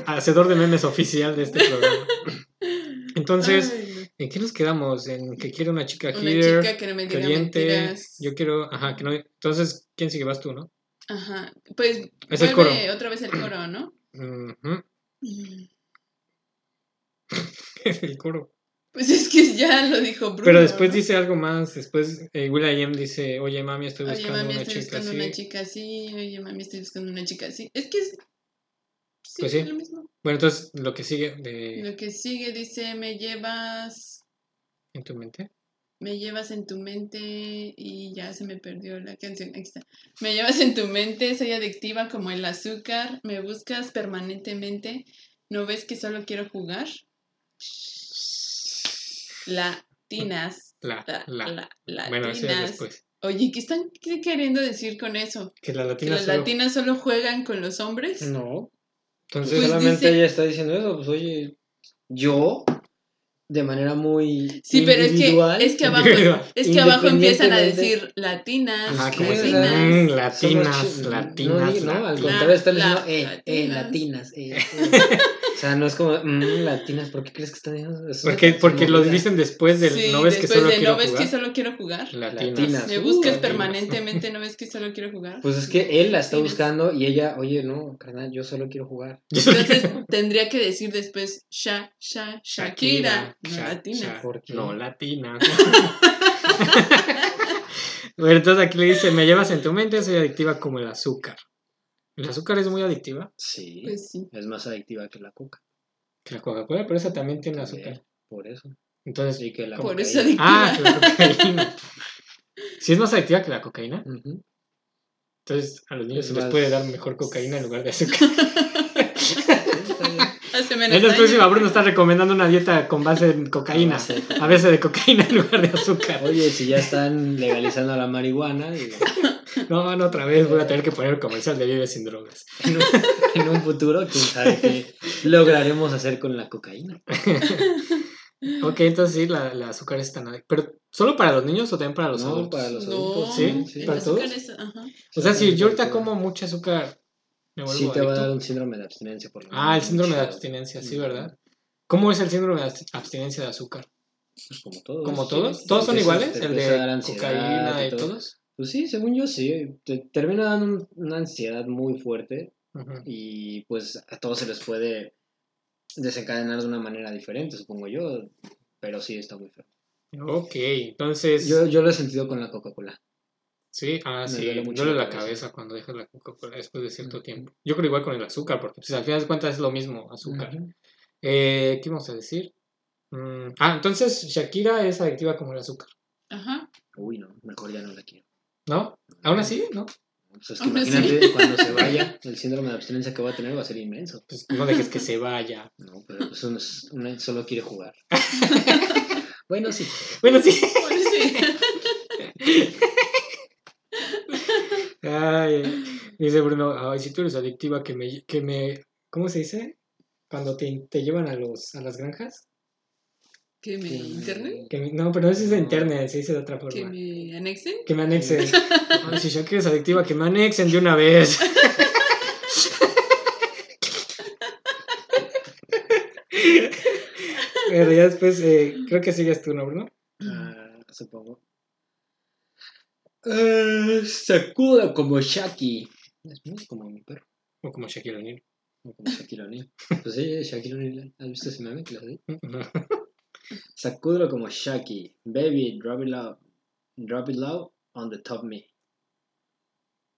Speaker 1: hacedor de memes oficial de este programa. Entonces,
Speaker 4: Ay,
Speaker 1: ¿en qué nos quedamos? En que quiero una chica
Speaker 4: no. una
Speaker 1: here,
Speaker 4: chica que no me diga
Speaker 1: caliente.
Speaker 4: mentiras.
Speaker 1: Yo quiero. Ajá, que no. Entonces, ¿quién sigue? Vas tú, ¿no?
Speaker 4: Ajá. Pues
Speaker 1: Es el
Speaker 4: vuelve otra vez el coro, ¿no?
Speaker 1: Ujú.
Speaker 4: Pues
Speaker 1: El coro.
Speaker 4: Pues es que ya lo dijo Bruno.
Speaker 1: Pero después
Speaker 4: ¿no?
Speaker 1: dice algo más. Después eh, Will.i.am dice, oye mami, estoy
Speaker 4: Oye,
Speaker 1: buscando
Speaker 4: mami,
Speaker 1: una
Speaker 4: estoy
Speaker 1: chica
Speaker 4: buscando
Speaker 1: así.
Speaker 4: una chica así. Oye, mami, estoy buscando una chica así. Es que es. Sí,
Speaker 1: Pues sí.
Speaker 4: es lo mismo.
Speaker 1: Bueno, entonces lo que sigue de...
Speaker 4: Lo que sigue dice: Me llevas.
Speaker 1: en tu mente.
Speaker 4: Me llevas en tu mente y ya se me perdió la canción. Aquí está. Me llevas en tu mente, soy adictiva como el azúcar, me buscas permanentemente. ¿No ves que solo quiero jugar? Latinas.
Speaker 1: La,
Speaker 4: La,
Speaker 1: la.
Speaker 4: la-
Speaker 1: bueno, eso es
Speaker 4: latinas.
Speaker 1: después.
Speaker 4: Oye, ¿qué están qué- queriendo decir con eso?
Speaker 1: Que la
Speaker 4: ¿Que
Speaker 1: latina
Speaker 4: las
Speaker 1: solo-
Speaker 4: latinas solo juegan con los hombres?
Speaker 2: No.
Speaker 1: Entonces,
Speaker 4: Pues
Speaker 2: solamente
Speaker 4: dice-
Speaker 2: ella está diciendo eso. Pues oye, yo, de manera muy.
Speaker 4: Sí, pero es que,
Speaker 2: individual,
Speaker 4: es que abajo,
Speaker 1: individual,
Speaker 4: es que abajo empiezan a
Speaker 2: independientemente-
Speaker 4: decir latinas,
Speaker 1: ajá,
Speaker 2: pues,
Speaker 1: como
Speaker 2: ¿qué?
Speaker 1: si...
Speaker 2: O sea,
Speaker 4: latinas.
Speaker 1: mm,
Speaker 2: somos
Speaker 1: latinas,
Speaker 2: chi- No,
Speaker 1: latinas,
Speaker 2: di- no, al
Speaker 1: latinas.
Speaker 2: contrario, están
Speaker 4: La-
Speaker 2: diciendo, eh, eh,
Speaker 4: latinas.
Speaker 2: latinas, eh, eh. O sea, no es como, mm, latinas, ¿por qué crees que están diciendo eso?
Speaker 1: Porque,
Speaker 2: Se
Speaker 1: porque
Speaker 2: me
Speaker 1: lo
Speaker 2: olvida.
Speaker 1: dicen después del...
Speaker 4: Sí,
Speaker 1: ¿No ves que
Speaker 4: después
Speaker 1: solo
Speaker 4: de
Speaker 1: quiero
Speaker 4: no ves
Speaker 1: jugar?
Speaker 4: que solo quiero jugar.
Speaker 1: Latinas.
Speaker 2: Latinas.
Speaker 4: Me
Speaker 2: Uh,
Speaker 4: buscas
Speaker 2: latinas.
Speaker 4: permanentemente, no ves que solo quiero jugar.
Speaker 2: Pues es que él la está
Speaker 4: Latinas.
Speaker 2: buscando y ella, oye, no, carnal, yo solo quiero jugar.
Speaker 1: Yo solo
Speaker 4: Entonces
Speaker 1: quiero-
Speaker 4: tendría que decir después Sha, Sha, Shakira, no
Speaker 1: Sha-
Speaker 4: latina.
Speaker 1: Sha-
Speaker 2: ¿Por qué?
Speaker 1: No, latina. bueno, entonces aquí le dice, me llevas en tu mente, soy adictiva como el azúcar. El azúcar es muy adictiva
Speaker 2: Sí.
Speaker 4: Pues sí.
Speaker 2: Es más adictiva que la coca.
Speaker 1: que la Coca-Cola, pero esa también tiene
Speaker 2: también,
Speaker 1: azúcar.
Speaker 2: Por eso.
Speaker 1: Entonces,
Speaker 2: Así que la
Speaker 4: Por
Speaker 2: cocaína.
Speaker 4: eso adictiva.
Speaker 1: ah, que la cocaína. Si es más adictiva que la cocaína,
Speaker 2: Ujú.
Speaker 1: entonces a los niños
Speaker 2: Es
Speaker 1: se les
Speaker 2: más-
Speaker 1: puede dar mejor cocaína en lugar de azúcar.
Speaker 2: Está bien.
Speaker 4: Hace menos
Speaker 1: Es la
Speaker 4: daño.
Speaker 1: próxima, Bruno está recomendando una dieta con base en cocaína.
Speaker 2: Ah, sí.
Speaker 1: A veces de cocaína en lugar de azúcar.
Speaker 2: Oye, si ya están legalizando la marihuana digo,
Speaker 1: No, no, otra vez voy a tener que poner el comercial de Vive sin drogas.
Speaker 2: en, un, en un futuro, quién sabe qué lograremos hacer con la cocaína.
Speaker 1: Ok, entonces sí, la, la azúcar es tan adic- Pero solo para los niños o también para los
Speaker 2: no,
Speaker 1: adultos.
Speaker 2: para los
Speaker 4: No,
Speaker 2: adultos.
Speaker 1: Sí,
Speaker 4: el
Speaker 1: para
Speaker 4: azúcar
Speaker 1: todos.
Speaker 4: es- ajá.
Speaker 1: O sea, si yo ahorita
Speaker 2: Sí.
Speaker 1: como mucha azúcar, me vuelvo
Speaker 2: Sí te va a
Speaker 1: adicto.
Speaker 2: dar un síndrome de abstinencia, por lo menos.
Speaker 1: Ah, el síndrome de
Speaker 2: Chido.
Speaker 1: abstinencia, sí,
Speaker 2: Mm.
Speaker 1: ¿verdad? ¿Cómo es el síndrome de abst- abstinencia de azúcar?
Speaker 2: Pues como todos.
Speaker 1: ¿Como
Speaker 4: sí,
Speaker 1: todos?
Speaker 4: sí,
Speaker 1: ¿Todos son
Speaker 2: Te empieza-
Speaker 1: iguales?
Speaker 2: te
Speaker 1: ¿El
Speaker 2: empieza a dar
Speaker 1: de
Speaker 2: ansiedad
Speaker 1: cocaína
Speaker 2: y
Speaker 1: y
Speaker 2: todo.
Speaker 1: todos?
Speaker 2: Pues sí, según yo sí. Te termina dando un- una ansiedad muy fuerte
Speaker 1: Ujú.
Speaker 2: y pues a todos se les puede desencadenar de una manera diferente, supongo yo. Pero sí, está muy feo.
Speaker 1: Ok, entonces.
Speaker 2: Yo, yo lo he sentido con la Coca-Cola.
Speaker 1: Sí, ah,
Speaker 2: Me
Speaker 1: sí,
Speaker 2: duele
Speaker 1: duele,
Speaker 2: mucho
Speaker 1: la
Speaker 2: la
Speaker 1: cabeza,
Speaker 2: cabeza.
Speaker 1: cuando dejas la Coca-Cola después de cierto
Speaker 2: Ujú.
Speaker 1: tiempo. Yo creo igual con el azúcar, porque pues, al final de cuentas es lo mismo, azúcar.
Speaker 2: Ujú.
Speaker 1: Eh, ¿Qué vamos a decir? Mm, ah, entonces Shakira es adictiva como el azúcar,
Speaker 4: Ajá.
Speaker 2: Uy, no, mejor ya no la quiero.
Speaker 1: ¿no? Aún así, ¿no?
Speaker 2: Pues es que
Speaker 4: Aún así.
Speaker 2: imagínate cuando se vaya, el síndrome de abstinencia que va a tener va a ser inmenso.
Speaker 1: Pues no dejes que se vaya.
Speaker 2: No, pero pues uno, es- uno solo quiere jugar. bueno, sí.
Speaker 1: Bueno, sí.
Speaker 4: Bueno, sí.
Speaker 1: Ay, dice Bruno, ay, si tú eres adictiva, que me, que me, ¿cómo se dice? cuando te, te llevan a, los, a las granjas.
Speaker 4: ¿Que me internen?
Speaker 1: Que, me- no, pero no se dice internet, se dice de otra
Speaker 4: ¿Que
Speaker 1: forma.
Speaker 4: me anexen?
Speaker 1: Que me anexen. Ay, si yo quiero es adictiva, que me anexen de una vez. Pero ya después, eh, creo que sigues tú, ¿no, Bruno?
Speaker 2: Ah, supongo. Eh, sacuda como Shaki. Es muy como mi perro.
Speaker 1: O como Shaquille O'Neal.
Speaker 2: No como Shaquille O'Neal. Pues sí, Shaquille O'Neal. ¿Has visto ese meme que lo hace? Sacúdelo como Shaki. Baby, drop it low. Drop it low on the top me.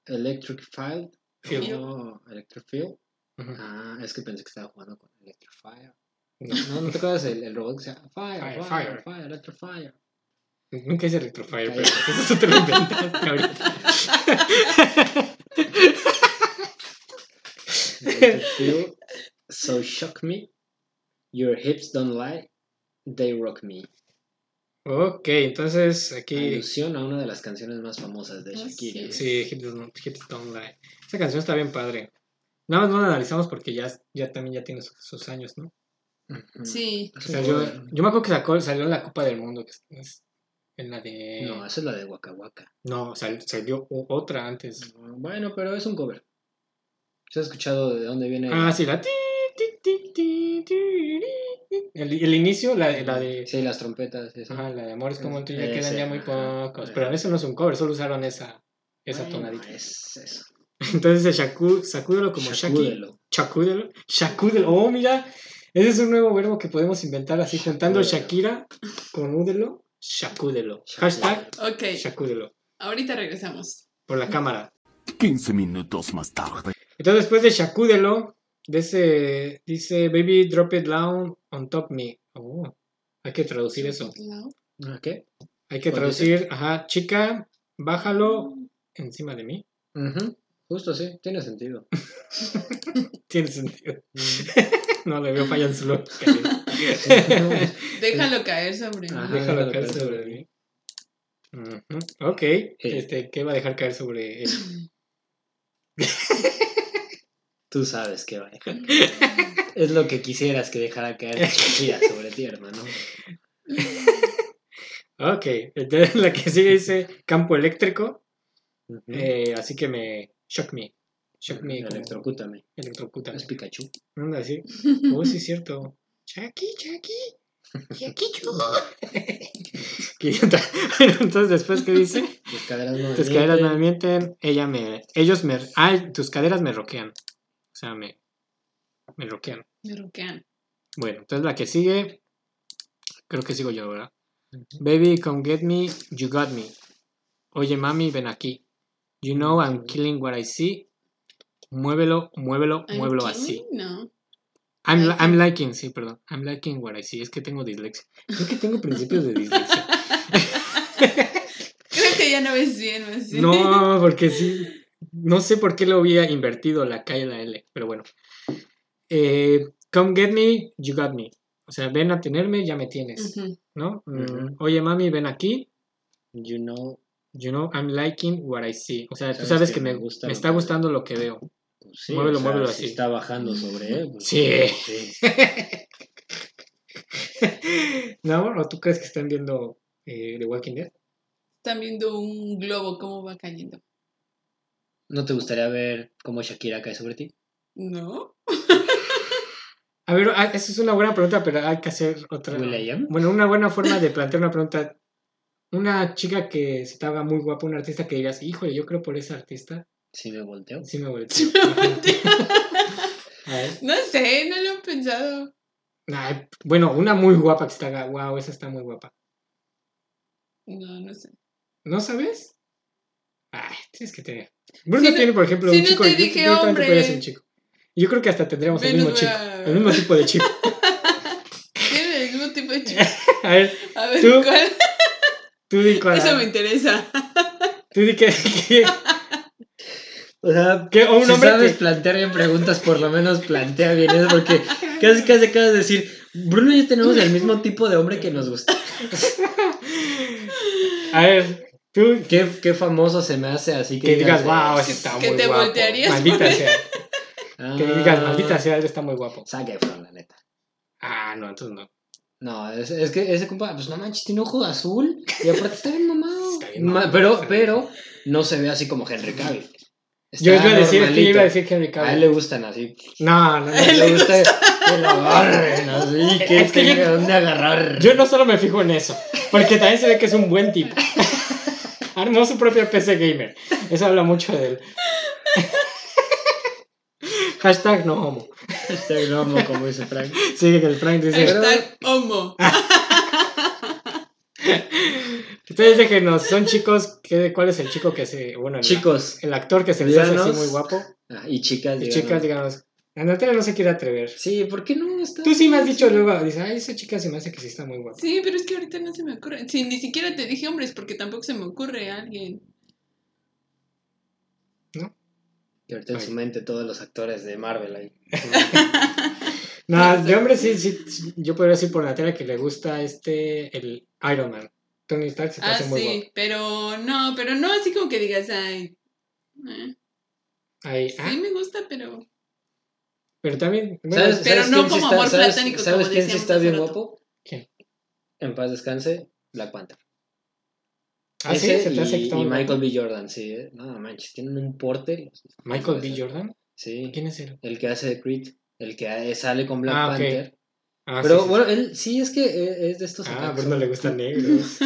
Speaker 2: Electric File.
Speaker 1: Field.
Speaker 2: No, Electric Field.
Speaker 1: Ujú.
Speaker 2: Ah, es que pensé que estaba jugando con Electric Fire. No, no te acuerdas el, el robot que se llama Fire,
Speaker 1: Fire,
Speaker 2: Fire,
Speaker 1: Fire.
Speaker 2: Fire, Electric Fire.
Speaker 1: Nunca hice Electrofire, pero
Speaker 2: Cállate.
Speaker 1: eso te lo inventaste ahorita.
Speaker 2: Electric Field. So shock me. Your hips don't lie. They rock me.
Speaker 1: Ok, entonces aquí.
Speaker 2: Alusión a una de las canciones más famosas de
Speaker 4: Ah,
Speaker 2: Shakira.
Speaker 1: Sí, Hips Don't, Hips Don't Lie. Esa canción está bien padre. Nada más no la analizamos porque ya, ya también ya tiene su- sus años, ¿no?
Speaker 2: Ujú.
Speaker 4: Sí.
Speaker 1: O sea, yo, yo me acuerdo que sacó, salió en la Copa del Mundo, que es- es en la de.
Speaker 2: No, esa es la de Waka Waka.
Speaker 1: No, sal- salió u- otra antes.
Speaker 2: Bueno, pero es un cover. ¿Se ha escuchado de dónde viene?
Speaker 1: Ah, sí, la. ti, ti, ti, ti, ti, ti. El, el inicio, la, la de.
Speaker 2: Sí, las trompetas. eso.
Speaker 1: Ajá, la de Amores como el tuyo ya
Speaker 2: Ese,
Speaker 1: quedan ya muy
Speaker 2: ajá.
Speaker 1: pocos. Pero eso no es un cover, solo usaron esa, esa
Speaker 2: Bueno,
Speaker 1: tonadita.
Speaker 2: Es eso.
Speaker 1: Entonces, el shaku, sacúdelo como Shaki.
Speaker 2: Sacúdelo.
Speaker 1: Chacúdelo. Shacúdelo. Oh, mira. Ese es un nuevo verbo que podemos inventar así, juntando Shakira
Speaker 2: Shacúdelo.
Speaker 1: con údelo. Shacúdelo.
Speaker 2: Shacúdelo.
Speaker 1: Hashtag
Speaker 4: Ok,
Speaker 1: shacúdelo.
Speaker 4: ahorita regresamos.
Speaker 1: Por la cámara.
Speaker 3: 15 minutos más tarde.
Speaker 1: Entonces, después de shacúdelo, de ese, dice, baby, drop it down on top me. Oh, hay que traducir eso.
Speaker 2: ¿Ah, ¿Qué?
Speaker 1: Hay que
Speaker 2: ¿Cuál dice?
Speaker 1: traducir, ajá, chica, bájalo encima de mí.
Speaker 2: Ujú, Justo sí, tiene sentido.
Speaker 1: Tiene sentido.
Speaker 2: Mm,
Speaker 1: No le veo falla en su lógica. ¿eh? ¿no?
Speaker 2: sí, no,
Speaker 4: Déjalo
Speaker 1: eh,
Speaker 4: caer sobre mí.
Speaker 2: Ajá.
Speaker 1: Déjalo caer sobre mí. Ujú. Ok. Este, ¿Qué va a dejar caer sobre él?
Speaker 2: Tú sabes que va a dejar caer. Es lo que quisieras que dejara caer Shakira sobre ti, hermano.
Speaker 1: Ok. Entonces la que sigue dice campo eléctrico.
Speaker 2: Ujú.
Speaker 1: eh, así que me. Shock me. Shock me. como
Speaker 2: Electrocútame.
Speaker 1: Electrocútame.
Speaker 2: Es Pikachu.
Speaker 1: Anda así. Oh, sí, es cierto. Chucky, Chucky. Chucky, Chucky. Bueno, entonces después, ¿qué dice?
Speaker 2: Tus caderas no me
Speaker 1: Tus caderas no me
Speaker 2: mienten.
Speaker 1: mienten, ella me, ellos me, ay, tus caderas me roquean. O sea, me, me roquean.
Speaker 4: Me ruquean.
Speaker 1: Bueno, entonces la que sigue, creo que sigo yo, ¿verdad? Baby, come get me, you got me. Oye, mami, ven aquí. You know I'm killing what I see. Muévelo, muévelo,
Speaker 4: I'm
Speaker 1: muévelo
Speaker 4: kidding,
Speaker 1: así.
Speaker 4: No.
Speaker 1: I'm, li-
Speaker 4: Liking.
Speaker 1: I'm liking, sí, perdón. I'm liking what I see. Es que tengo dislexia. Creo que tengo principios de dislexia.
Speaker 4: Creo que ya no ves bien, más bien.
Speaker 1: No, porque sí. No sé por qué lo había invertido la K y la L, pero bueno. Eh, come get me, you got me. O sea, ven a tenerme, ya me tienes,
Speaker 4: Ujú.
Speaker 1: ¿no? Mm,
Speaker 2: Ujú.
Speaker 1: Oye, mami, ven aquí.
Speaker 2: You know.
Speaker 1: You know, I'm liking what I see. O sea, tú
Speaker 2: Sabes
Speaker 1: sabes que,
Speaker 2: que me
Speaker 1: me,
Speaker 2: gusta
Speaker 1: me
Speaker 2: lo
Speaker 1: está
Speaker 2: que veo.
Speaker 1: gustando lo que veo.
Speaker 2: Pues sí,
Speaker 1: Muévelo,
Speaker 2: o sea,
Speaker 1: muévelo
Speaker 2: si
Speaker 1: así.
Speaker 2: está bajando sobre él. pues
Speaker 1: Sí.
Speaker 2: sí.
Speaker 1: ¿No? ¿O tú crees que están viendo eh, The Walking Dead?
Speaker 4: Están viendo un globo, cómo va cayendo.
Speaker 2: ¿No te gustaría ver cómo Shakira cae sobre ti?
Speaker 4: ¿No?
Speaker 1: A ver, ah, esa es una buena pregunta, pero hay que hacer otra.
Speaker 2: ¿Will.i.am?
Speaker 1: Bueno, una buena forma de plantear una pregunta. Una chica que se te haga muy guapa, un artista que digas, híjole, yo creo por ese artista,
Speaker 2: Si me volteo.
Speaker 1: sí me volteo. A ver.
Speaker 4: No sé, no lo han pensado.
Speaker 1: Ay, bueno, una muy guapa que se te haga, wow, esa está muy guapa.
Speaker 4: No, no sé.
Speaker 1: ¿No sabes? Ay, tienes que tener. Bruno
Speaker 4: Si no-
Speaker 1: tiene, por ejemplo,
Speaker 4: si
Speaker 1: un
Speaker 4: no
Speaker 1: chico.
Speaker 4: te
Speaker 1: yo- yo
Speaker 4: dije
Speaker 1: también te
Speaker 4: hombre.
Speaker 1: podría ser un chico. Yo creo que hasta tendríamos el
Speaker 4: Menos
Speaker 1: mismo chico.
Speaker 4: va-
Speaker 1: El mismo tipo de chico.
Speaker 4: Tiene el mismo tipo de chico.
Speaker 1: A ver,
Speaker 4: A ver,
Speaker 1: Tú,
Speaker 4: ¿cuál?
Speaker 1: tú di cuál.
Speaker 4: Eso me interesa.
Speaker 1: Tú di que, que,
Speaker 2: O sea,
Speaker 1: que un
Speaker 2: si
Speaker 1: hombre
Speaker 2: sabes
Speaker 1: que-
Speaker 2: plantear bien preguntas, por lo menos plantea bien eso, porque casi casi acabas de decir, Bruno y yo tenemos el mismo tipo de hombre que nos gusta.
Speaker 1: A ver, tú
Speaker 2: Qué, qué famoso se me hace así que,
Speaker 1: que digas,
Speaker 2: "Guau".
Speaker 1: wow, ese está
Speaker 4: que
Speaker 1: muy
Speaker 4: te
Speaker 1: guapo.
Speaker 4: voltearías
Speaker 1: Maldita
Speaker 4: por él".
Speaker 1: sea.
Speaker 2: Ah,
Speaker 1: Que digas, maldita sea, él está muy guapo.
Speaker 2: Zac Efron, la neta.
Speaker 1: Ah, no, entonces no.
Speaker 2: No, es, es que ese compa, pues no manches, tiene ojo azul. Y aparte está bien mamado.
Speaker 1: Está bien
Speaker 2: Ma-
Speaker 1: mamado,
Speaker 2: pero,
Speaker 1: sí.
Speaker 2: pero no se ve así como Henry Cavill. Está
Speaker 1: Yo iba a decir,
Speaker 2: normalito.
Speaker 1: yo iba a decir Henry
Speaker 2: A él
Speaker 1: Cavill.
Speaker 2: le gustan así.
Speaker 1: No, no, no.
Speaker 2: A él le gusta que lo agarren así, que
Speaker 1: Es que yo-
Speaker 2: tenga dónde agarrar.
Speaker 1: Yo no solo me fijo en eso, porque también se ve que es un buen tipo. Armó su propia PC gamer. Eso habla mucho de él. Hashtag no homo.
Speaker 2: Este gnomo, como dice Frank.
Speaker 1: Sigue que el Frank dice.
Speaker 4: Hashtag homo.
Speaker 1: Ah. Ustedes déjenos, son chicos. ¿qué- ¿Cuál es el chico que se. Bueno, el,
Speaker 2: Chicos
Speaker 1: el actor que se les hace así
Speaker 2: Díganos.
Speaker 1: muy guapo.
Speaker 2: ah, y chicas,
Speaker 1: Y
Speaker 2: digan,
Speaker 1: chicas,
Speaker 2: ¿no?
Speaker 1: digamos. La Natalia no se quiere atrever.
Speaker 2: Sí, ¿por qué no? Está
Speaker 1: Tú sí me has dicho
Speaker 2: bien.
Speaker 1: luego, dice, ay, esa chica se me hace que sí está muy guapa.
Speaker 4: Sí, pero es que ahorita no se me ocurre. Sí, ni siquiera te dije hombres porque tampoco se me ocurre a alguien.
Speaker 2: Que ahorita en
Speaker 1: Ay.
Speaker 2: su mente todos los actores de Marvel ahí.
Speaker 1: No, de hombre sí, sí, sí, yo podría decir por Natalia que le gusta este, el Iron Man. Tony Stark se te
Speaker 4: Ah,
Speaker 1: hace muy guapo.
Speaker 4: sí, pero no, pero no así como que digas, ay. eh,
Speaker 1: Ahí, ah,
Speaker 4: Sí, me gusta, pero.
Speaker 1: pero también, bueno,
Speaker 2: ¿Sabes,
Speaker 4: Pero
Speaker 2: sabes quién
Speaker 4: no
Speaker 2: sí
Speaker 4: como
Speaker 2: está-
Speaker 4: amor
Speaker 2: sabes-
Speaker 4: platónico,
Speaker 2: ¿Sabes
Speaker 4: como
Speaker 2: quién sí
Speaker 4: decíamos
Speaker 2: está
Speaker 4: hace
Speaker 2: bien
Speaker 4: rato.
Speaker 2: guapo?
Speaker 1: ¿Quién?
Speaker 2: En paz descanse, Black Panther.
Speaker 1: ah, sí, se
Speaker 2: Ese
Speaker 1: te hace que
Speaker 2: y,
Speaker 1: está
Speaker 2: y
Speaker 1: muy
Speaker 2: Michael
Speaker 1: guapo.
Speaker 2: B. Jordan, sí. eh. No manches, tienen un porte.
Speaker 1: Michael B. Jordan.
Speaker 2: Sí,
Speaker 1: ¿Quién es él?
Speaker 2: el que hace de Creed, el que ha- sale con Black
Speaker 1: Ah, ok.
Speaker 2: Panther.
Speaker 1: Ah,
Speaker 2: Pero
Speaker 1: sí, sí,
Speaker 2: bueno, él sí es que eh, es de
Speaker 1: sí.
Speaker 2: estos.
Speaker 1: Ah, a
Speaker 2: acá que
Speaker 1: Bruno
Speaker 2: son-
Speaker 1: le gustan negros.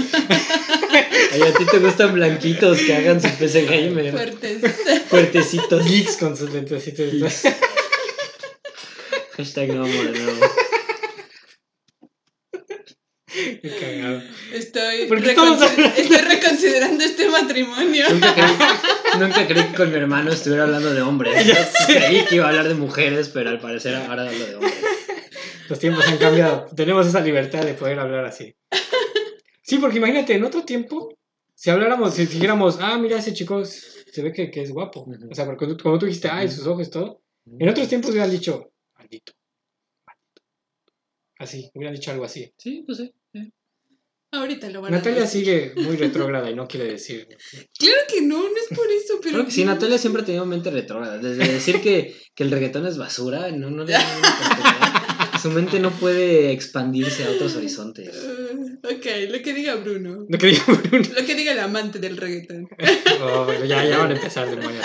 Speaker 2: Ay, a ti te gustan blanquitos que hagan su PC gamer.
Speaker 4: Fuertes.
Speaker 2: Fuertecitos.
Speaker 1: Geeks con sus lentecitos.
Speaker 2: Hashtag no, amor, no.
Speaker 1: Qué cagado.
Speaker 4: Estoy,
Speaker 1: ¿Por qué
Speaker 4: reconsi-
Speaker 1: estamos hablando?
Speaker 4: estoy reconsiderando este matrimonio.
Speaker 2: Nunca creí, nunca creí que con mi hermano estuviera hablando de hombres. Creí que iba a hablar de mujeres, pero al parecer ahora hablo de hombres.
Speaker 1: Los tiempos han cambiado. Tenemos esa libertad de poder hablar así. Sí, porque imagínate, en otro tiempo, si habláramos, si dijéramos, ah, mira, ese chico es- se ve que, que es guapo.
Speaker 2: Ujú.
Speaker 1: O sea, porque tú- como tú dijiste, ay,
Speaker 2: Ujú.
Speaker 1: sus ojos, todo. En otros tiempos hubieran dicho, maldito. maldito". Así, hubieran dicho algo así.
Speaker 2: Sí, pues sí.
Speaker 4: Ahorita lo van a
Speaker 1: Natalia
Speaker 2: pues
Speaker 4: decir.
Speaker 1: sigue muy retrógrada y no quiere decir.
Speaker 4: Claro que no, no es por eso, pero.
Speaker 2: Creo que sí, Natalia siempre ha tenido mente retrógrada. Desde decir que, que el reggaetón es basura, no, no le da ninguna oportunidad. Su mente no puede expandirse a otros horizontes.
Speaker 4: Uh, ok, lo que diga Bruno.
Speaker 1: No quería Bruno.
Speaker 4: Lo que diga el amante del reggaetón.
Speaker 1: Oh, bueno, ya, ya van a empezar, demonios.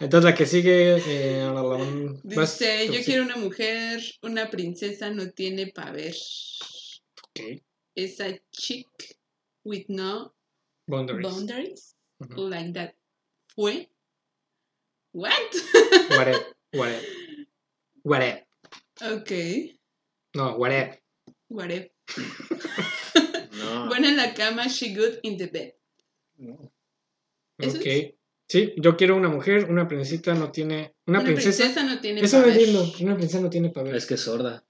Speaker 1: Entonces la que sigue. eh, la- la- la- vas-
Speaker 4: Dice,
Speaker 1: tú,
Speaker 4: yo
Speaker 1: sí.
Speaker 4: quiero una mujer, una princesa no tiene pa' ver.
Speaker 1: Ok,
Speaker 4: Es a chick with no
Speaker 1: Boundaries.
Speaker 4: boundaries,
Speaker 1: Ujú.
Speaker 4: like that. ¿Fue? ¿What?
Speaker 1: What if, what if. What if.
Speaker 4: Ok,
Speaker 1: No, what if.
Speaker 4: what if.
Speaker 1: Ah.
Speaker 2: No.
Speaker 4: Buena en la cama, she good in the bed. ¿Eso
Speaker 1: Ok. Sí, yo quiero una mujer, una princesita no tiene. Una, princesa.
Speaker 4: no tiene
Speaker 1: Eso
Speaker 4: pa'
Speaker 1: no
Speaker 4: ver.
Speaker 1: entiendo. Una princesa no tiene para ver.
Speaker 2: Es que es sorda.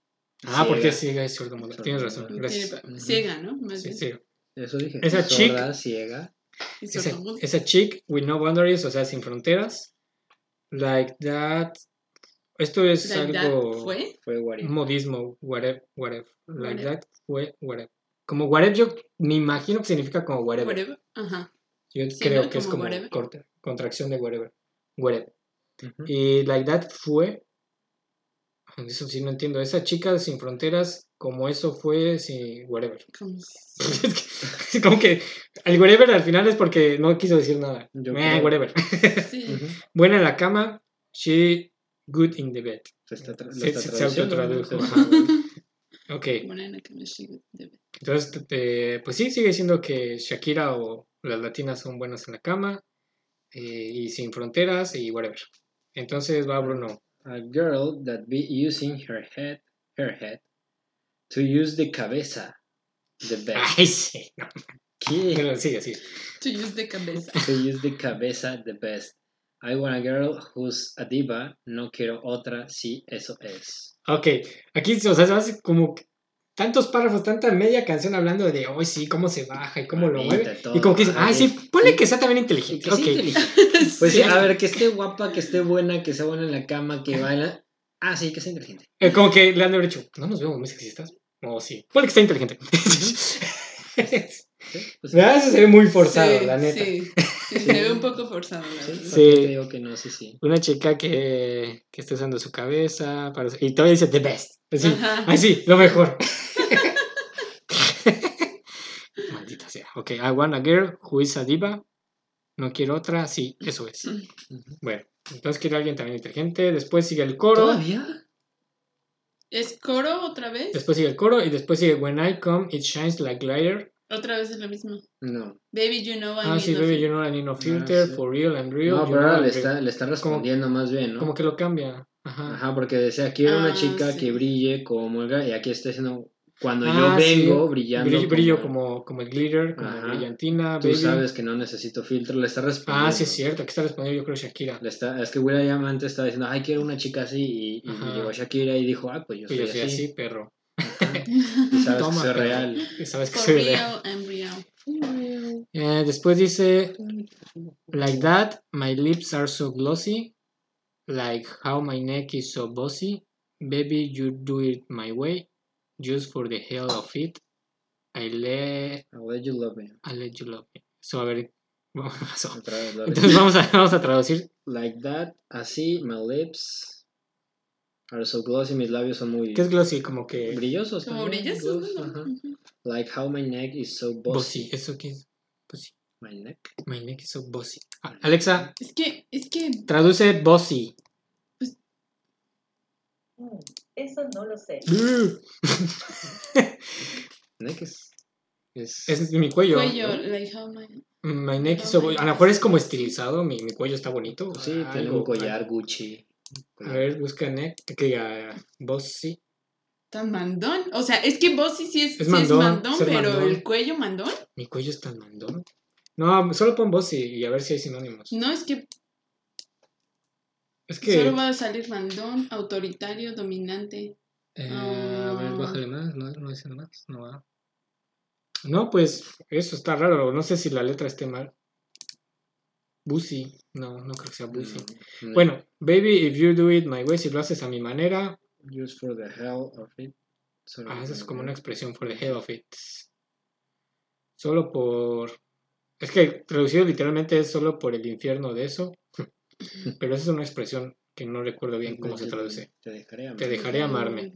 Speaker 1: Ah, porque
Speaker 2: Ciega.
Speaker 1: sí, es cierto modo. Tienes razón.
Speaker 2: No
Speaker 4: No tiene
Speaker 1: Gracias.
Speaker 4: pa- Ciega, ¿no? Más
Speaker 1: Sí,
Speaker 4: bien.
Speaker 1: sí.
Speaker 2: Eso dije.
Speaker 1: Esa
Speaker 2: sorda, ciega.
Speaker 4: Y
Speaker 1: Esa,
Speaker 4: sordomuda.
Speaker 1: esa chick with no boundaries, o sea, sin fronteras. Like that. Esto es
Speaker 4: Like that,
Speaker 1: algo.
Speaker 4: ¿Fue?
Speaker 2: Fue guarida.
Speaker 1: modismo, whatever, whatever. Like
Speaker 4: Whatever.
Speaker 1: that fue whatever. Como whatever, yo me imagino que significa como whatever.
Speaker 4: Whatever. Ajá.
Speaker 1: Yo
Speaker 4: Sí,
Speaker 1: creo
Speaker 4: ¿no?
Speaker 1: que es
Speaker 4: Como
Speaker 1: como
Speaker 4: whatever.
Speaker 1: corta- contracción de whatever. Whatever. Y like that fue. Eso sí, no entiendo. Esa chica sin fronteras, como eso fue, sí, whatever.
Speaker 4: Como-
Speaker 1: Es que- como que el whatever al final es porque no quiso decir nada.
Speaker 2: Yo
Speaker 1: Eh,
Speaker 2: creo.
Speaker 1: whatever.
Speaker 4: Sí.
Speaker 1: Buena en la cama, she good in the bed.
Speaker 2: Se, está tra- Pues lo
Speaker 1: Se-
Speaker 2: está
Speaker 1: se- se
Speaker 2: traduciendo, ¿no?
Speaker 1: autotradujo,
Speaker 2: O sea,
Speaker 1: ajá. Ok.
Speaker 4: Bueno, en la que me sigue, de ver.
Speaker 1: Entonces, te- te- pues sí, sigue diciendo que Shakira o las latinas son buenas en la cama eh, y sin fronteras y whatever. Entonces va Bruno.
Speaker 2: A girl that be using her head, her head, to use the cabeza, the best.
Speaker 1: Ay, sí. No,
Speaker 2: ¿Qué?
Speaker 1: pero sigue, sigue.
Speaker 4: To use de cabeza.
Speaker 2: to use the cabeza the best. I want a girl who's a diva, no quiero otra, sí, eso es.
Speaker 1: Ok, aquí o sea, se hace como que tantos párrafos, tanta media canción hablando de hoy sí, cómo se baja y cómo lo
Speaker 2: Mamita,
Speaker 1: mueve.
Speaker 2: todo,
Speaker 1: Y como que dice, ay,
Speaker 2: ay,
Speaker 1: sí, ponle que sea también
Speaker 2: Y
Speaker 1: inteligente.
Speaker 2: que
Speaker 1: Ok,
Speaker 2: sea inteligente. Pues sí,
Speaker 1: Sí.
Speaker 2: a ver, que esté guapa, que esté buena, que sea buena en la cama, que baila. Ah, sí, que sea inteligente.
Speaker 1: Eh, como que le han de haber dicho, no nos vemos muy sexistas. Oh, sí, ponle que sea inteligente.
Speaker 2: Sí, pues sí.
Speaker 1: ¿Verdad? Eso se ve muy forzado,
Speaker 4: Sí,
Speaker 1: la neta.
Speaker 4: Sí. Sí, se ve un poco forzado. la
Speaker 2: Sí,
Speaker 4: verdad.
Speaker 2: porque te digo que no, sí, sí.
Speaker 1: Una chica que, que está usando su cabeza para- y todavía dice the best. Así,
Speaker 4: Ajá.
Speaker 1: así, lo mejor. Maldita sea. Ok, I want a girl who is a diva. No quiero otra, sí, eso es. Bueno, entonces quiere alguien también inteligente. Después sigue el coro.
Speaker 2: ¿Todavía?
Speaker 4: ¿Es coro otra vez?
Speaker 1: Después sigue el coro y después sigue When I Come, It Shines Like Liar.
Speaker 4: Otra vez es lo mismo.
Speaker 2: No.
Speaker 4: Baby, you know I
Speaker 1: Ah,
Speaker 4: need
Speaker 1: sí,
Speaker 4: love.
Speaker 1: baby, you know I need no filter,
Speaker 2: Ah, sí.
Speaker 1: for real and real.
Speaker 2: No,
Speaker 1: you
Speaker 2: pero
Speaker 1: know
Speaker 2: ahora
Speaker 1: I'm
Speaker 2: le
Speaker 1: real.
Speaker 2: está, le está respondiendo más bien, ¿no?
Speaker 1: Como que lo cambia. Ajá.
Speaker 2: Ajá, porque decía, quiero una
Speaker 4: Ah,
Speaker 2: chica
Speaker 4: sí.
Speaker 2: que brille como el... ga-", Y aquí está diciendo, cuando
Speaker 1: Ah,
Speaker 2: yo
Speaker 1: sí.
Speaker 2: vengo brillando...
Speaker 1: Brillo, brillo
Speaker 2: como-
Speaker 1: como, como el glitter, como
Speaker 2: Ajá.
Speaker 1: brillantina,
Speaker 2: Tú
Speaker 1: baby.
Speaker 2: sabes que no necesito filtro, le está respondiendo.
Speaker 1: Ah, sí es cierto, aquí está respondiendo yo creo Shakira.
Speaker 2: Le está, es que William antes estaba diciendo, ay, quiero una chica así, y, y
Speaker 1: Ajá.
Speaker 2: llegó Shakira y dijo, ah, pues yo soy
Speaker 1: Yo soy
Speaker 2: así.
Speaker 1: así, perro.
Speaker 2: Ajá. Y sabes
Speaker 1: Toma,
Speaker 2: que soy
Speaker 1: perro.
Speaker 2: real.
Speaker 1: Y sabes que
Speaker 4: For
Speaker 1: soy
Speaker 4: real
Speaker 1: real.
Speaker 4: and real.
Speaker 1: Eh, después dice, like that, my lips are so glossy, like how my neck is so bossy, baby, you do it my way, just for the hell of it, I let,
Speaker 2: I let you love me.
Speaker 1: I let you love me. So, a ver, vamos a pasar.
Speaker 2: Otra vez, love
Speaker 1: Entonces
Speaker 2: it.
Speaker 1: vamos a, vamos a traducir.
Speaker 2: Like that, así, my lips are so glossy, mis labios son muy
Speaker 1: ¿Qué es glossy? Como que...
Speaker 2: brillosos.
Speaker 4: Como
Speaker 2: también,
Speaker 4: brillosos,
Speaker 2: gloss,
Speaker 4: ¿no?
Speaker 2: ajá.
Speaker 4: Ujú.
Speaker 2: Like how my neck is so bossy.
Speaker 1: Bossy, ¿eso qué es? Bossy.
Speaker 2: My neck.
Speaker 1: My neck is so bossy. Ah, Alexa,
Speaker 4: Es que, es que,
Speaker 1: traduce bossy.
Speaker 8: Mm, Eso no lo sé.
Speaker 1: Mm.
Speaker 2: Neck es... es-
Speaker 1: Ese es mi cuello.
Speaker 4: cuello, like how my...
Speaker 1: My neck is so bo- A lo mejor es como estilizado, mi, mi cuello está bonito. o
Speaker 2: sí,
Speaker 1: sea,
Speaker 2: tiene
Speaker 1: algo-
Speaker 2: un collar Gucci.
Speaker 1: A ver, busca neck, que diga bossy.
Speaker 4: Tan mandón. O sea, es que vos sí, sí es,
Speaker 1: Es
Speaker 4: sí
Speaker 1: mandón, ser
Speaker 4: pero
Speaker 1: mandón.
Speaker 4: el cuello mandón.
Speaker 1: Mi cuello está mandón. No, solo pon bossy y a ver si hay sinónimos.
Speaker 4: No, es que
Speaker 1: Es que...
Speaker 4: solo va a salir mandón, autoritario, dominante.
Speaker 1: eh, a ver,
Speaker 4: Ah.
Speaker 1: bájale más, no, no dice nada más, no va. No, pues, eso está raro, no sé si la letra esté mal. Bussy, no, no creo que sea bussy.
Speaker 2: No, no.
Speaker 1: Bueno, baby, if you do it my way, si lo haces a mi manera,
Speaker 2: Just for the hell of it. Solo
Speaker 1: Ah, esa es
Speaker 2: por-
Speaker 1: como una expresión for the hell of it. Solo por. Es que traducido literalmente es solo por el infierno de eso. Pero esa es una expresión que no recuerdo bien cómo se traduce.
Speaker 2: Te dejaré amar.
Speaker 1: Te dejaré amarme.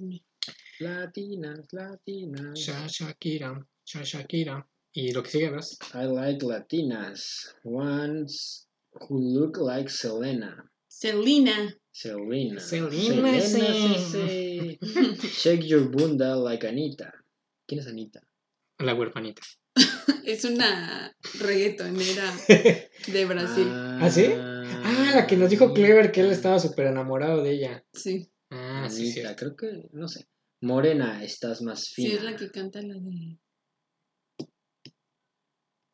Speaker 2: Latinas, latinas.
Speaker 1: Sha Shakira, Sha Shakira. Y lo que sigue, ¿ves?
Speaker 2: I like latinas. Ones who look like Selena.
Speaker 4: Selena.
Speaker 2: Selena.
Speaker 1: Selena,
Speaker 2: sí, sí. Shake your bunda like Anita. ¿Quién es Anita?
Speaker 1: La huerfanita.
Speaker 4: Es una reggaetonera de Brasil.
Speaker 1: ¿Ah, sí? Ah, la que nos dijo Clever que
Speaker 2: Ah.
Speaker 1: él estaba súper enamorado de ella.
Speaker 4: Sí.
Speaker 1: Ah,
Speaker 2: Anita,
Speaker 1: sí, sí.
Speaker 2: creo que, no sé. Morena, estás más
Speaker 4: Sí,
Speaker 2: fina.
Speaker 4: es la que canta la de.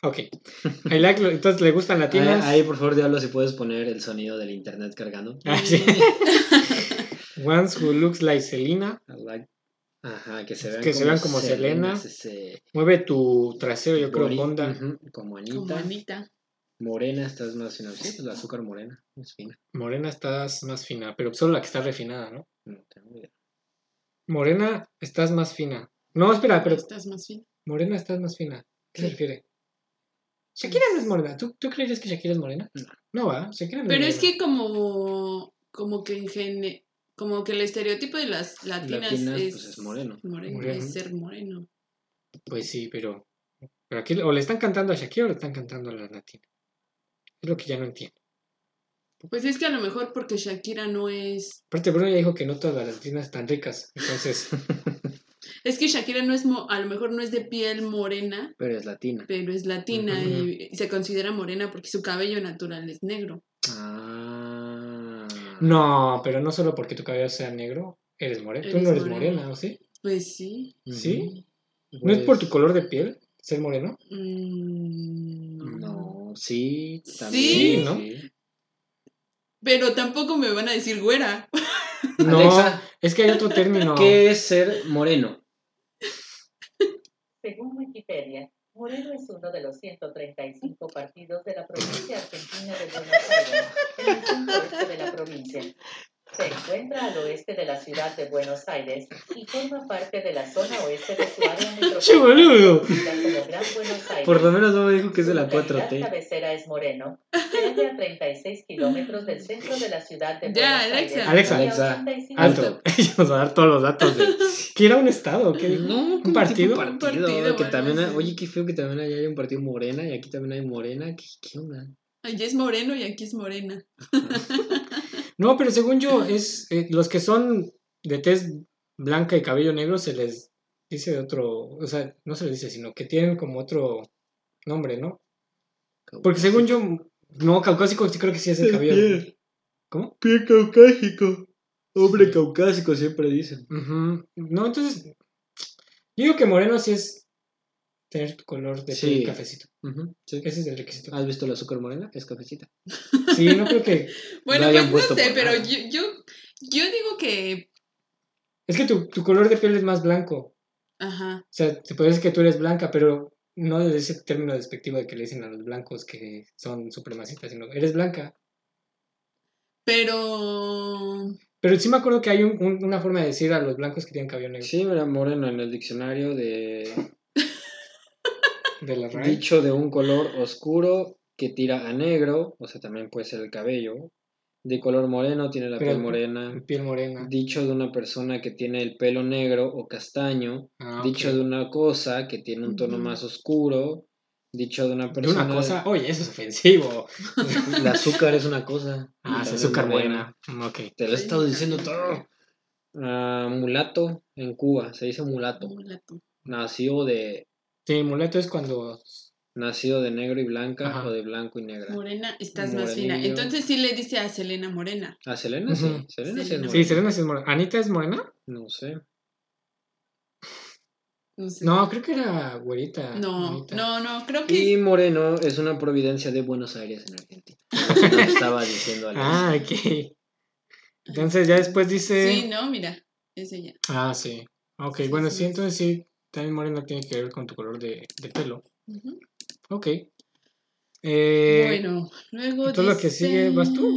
Speaker 1: Ok. I like lo- Entonces le gustan latinas.
Speaker 2: Ahí, ahí, por favor, Diablo, si puedes poner el sonido del internet cargando.
Speaker 1: Ah, sí. Ones who looks like Selena.
Speaker 2: I like- Ajá, que se
Speaker 1: Es
Speaker 2: vean
Speaker 1: que se vean como Selena.
Speaker 2: sí, sí.
Speaker 1: Mueve tu trasero, yo creo,
Speaker 2: Boni-
Speaker 1: Bonda.
Speaker 2: Ujú, Como Anita.
Speaker 4: Como Anita.
Speaker 2: Morena, estás más fina. Sí, pues la azúcar morena. Es fina.
Speaker 1: Morena estás más fina, pero solo la que está refinada, ¿no?
Speaker 2: No tengo idea.
Speaker 1: Morena estás más fina. No, espera, Ah, pero
Speaker 4: Estás más fina.
Speaker 1: Morena estás más fina. ¿Qué se
Speaker 4: Sí. Pues
Speaker 1: refiere? Shakira no es morena. ¿Tú, ¿Tú creerías que Shakira es morena?
Speaker 2: No.
Speaker 1: No, va. Shakira no
Speaker 4: Pero es
Speaker 1: morena.
Speaker 4: que como. Como que en gene- Como que el estereotipo de las latinas,
Speaker 2: Latinas,
Speaker 4: es,
Speaker 2: pues, es moreno.
Speaker 1: Moreno.
Speaker 4: es ser moreno.
Speaker 1: Pues sí, pero. Pero aquí o le están cantando a Shakira o le están cantando a la latina. Es lo que ya no entiendo.
Speaker 4: Pues es que a lo mejor porque Shakira no es.
Speaker 1: Aparte, Bruno ya dijo que no todas las latinas están ricas. Entonces,
Speaker 4: Es que Shakira no es. mo- A lo mejor no es de piel morena,
Speaker 2: Pero es latina.
Speaker 4: pero es latina
Speaker 1: Ujú.
Speaker 4: y se considera morena porque su cabello natural es negro.
Speaker 2: Ah.
Speaker 1: no, pero no solo porque tu cabello sea negro, eres morena. Tú
Speaker 4: Eres
Speaker 1: no eres
Speaker 4: morena.
Speaker 1: morena, ¿o sí?
Speaker 4: Pues sí.
Speaker 2: Ujú. Pues
Speaker 1: ¿Sí? ¿No es
Speaker 4: Pues
Speaker 1: por tu color de piel ser moreno?
Speaker 4: Mm,
Speaker 2: No, sí, también.
Speaker 4: Sí,
Speaker 1: ¿no?
Speaker 4: Pero tampoco me van a decir güera.
Speaker 1: No,
Speaker 2: Alexa,
Speaker 1: es que hay otro término.
Speaker 2: ¿qué es ser moreno?
Speaker 8: Según Wikipedia, Moreno es uno de los 135 partidos de la provincia argentina de Buenos Aires, en el centro-este de la provincia. Se encuentra al oeste de la ciudad de Buenos Aires y forma parte de la zona oeste de su área
Speaker 1: Che, boludo.
Speaker 8: conocida como Gran Buenos Aires.
Speaker 2: Por lo menos no me dijo que es de la
Speaker 8: Su localidad
Speaker 2: 4T.
Speaker 8: cabecera es Moreno. Se halla a 36 kilómetros del centro de la ciudad de
Speaker 4: Ya, Alexa.
Speaker 8: Buenos Aires.
Speaker 1: Alexa.
Speaker 8: y a
Speaker 2: Alexa,
Speaker 8: 85
Speaker 1: Alto. Ellos van a dar todos los datos de. ¿Que era un estado? ¿Qué dijo?
Speaker 2: No,
Speaker 1: ¿Un partido?
Speaker 2: Un
Speaker 4: Un partido,
Speaker 2: partido que
Speaker 4: bueno,
Speaker 2: también hay-
Speaker 4: sí.
Speaker 2: oye, qué feo que también allá hay un partido morena y aquí también hay morena. ¿Qué, qué onda?
Speaker 4: Allí es moreno y aquí es morena.
Speaker 1: No, pero según yo, es eh, los que son de tez blanca y cabello negro se les dice de otro, o sea, no se les dice, sino que tienen como otro nombre, ¿no? Porque según yo, no, caucásico sí creo que sí es el cabello. ¿Cómo?
Speaker 2: Pie caucásico. Hombre caucásico, siempre dicen.
Speaker 1: Ujú. No, entonces, yo digo que moreno sí es tener tu color de
Speaker 2: Sí.
Speaker 1: piel cafecito. Ujú.
Speaker 2: Sí.
Speaker 1: Ese es el requisito.
Speaker 2: ¿Has visto la azúcar morena? Es cafecita.
Speaker 1: Sí, no creo que...
Speaker 4: Bueno,
Speaker 2: No hayan
Speaker 4: pues
Speaker 2: puesto
Speaker 4: no sé,
Speaker 2: por
Speaker 4: pero
Speaker 2: nada.
Speaker 4: yo, yo, yo digo que.
Speaker 1: Es que tu, tu color de piel es más blanco.
Speaker 4: Ajá.
Speaker 1: O sea, te puede decir que tú eres blanca, pero no desde ese término despectivo de que le dicen a los blancos que son supremacistas, sino eres blanca.
Speaker 4: Pero.
Speaker 1: Pero sí me acuerdo que hay un- un- una forma de decir a los blancos que tienen cabello negro.
Speaker 2: Sí, mira, moreno en el diccionario de
Speaker 1: De la RAE.
Speaker 2: dicho de un color oscuro que tira a negro, o sea, también puede ser el cabello. De color moreno tiene la
Speaker 1: Pero-
Speaker 2: piel morena.
Speaker 1: Piel morena.
Speaker 2: Dicho de una persona que tiene el pelo negro o castaño.
Speaker 1: Ah, ok.
Speaker 2: Dicho de una cosa que tiene un tono
Speaker 4: Ujú.
Speaker 2: más oscuro. Dicho de una
Speaker 1: De
Speaker 2: persona.
Speaker 1: una cosa. Oye, eso es ofensivo.
Speaker 2: El azúcar es una cosa.
Speaker 1: Ah, es
Speaker 2: También
Speaker 1: azúcar
Speaker 2: morena.
Speaker 1: morena. Mm, Ok.
Speaker 2: Te lo he estado diciendo todo. Ah, mulato en Cuba, se dice mulato.
Speaker 4: mulato.
Speaker 2: Nacido de,
Speaker 1: Sí, muleto es cuando.
Speaker 2: nacido de negro y blanca
Speaker 1: Ajá.
Speaker 2: o de blanco y negra.
Speaker 4: Morena, estás más
Speaker 2: Morenillo.
Speaker 4: fina. Entonces sí le dice a Selena Morena.
Speaker 2: ¿A Selena? Sí.
Speaker 1: Ujú.
Speaker 2: Selena sí es
Speaker 4: Selena.
Speaker 2: morena.
Speaker 1: Sí, Selena sí es morena. ¿Anita es morena?
Speaker 2: No sé.
Speaker 4: No, sé.
Speaker 1: No, creo que era güerita.
Speaker 4: no,
Speaker 1: Anita.
Speaker 4: no, no, creo que.
Speaker 2: Y Moreno es una providencia de Buenos Aires en Argentina. Eso lo estaba diciendo Alex.
Speaker 1: Ah, ok. Entonces ya después dice.
Speaker 4: Sí, no, mira. Es ella.
Speaker 1: Ah, sí. Ok,
Speaker 4: Sí,
Speaker 1: bueno,
Speaker 4: sí
Speaker 1: sí,
Speaker 4: es.
Speaker 1: entonces sí, también morena tiene que ver con tu color de, de pelo.
Speaker 4: Ujú.
Speaker 1: Ok. Eh,
Speaker 4: bueno, luego
Speaker 1: entonces lo que
Speaker 4: dice,
Speaker 1: sigue, ¿vas tú?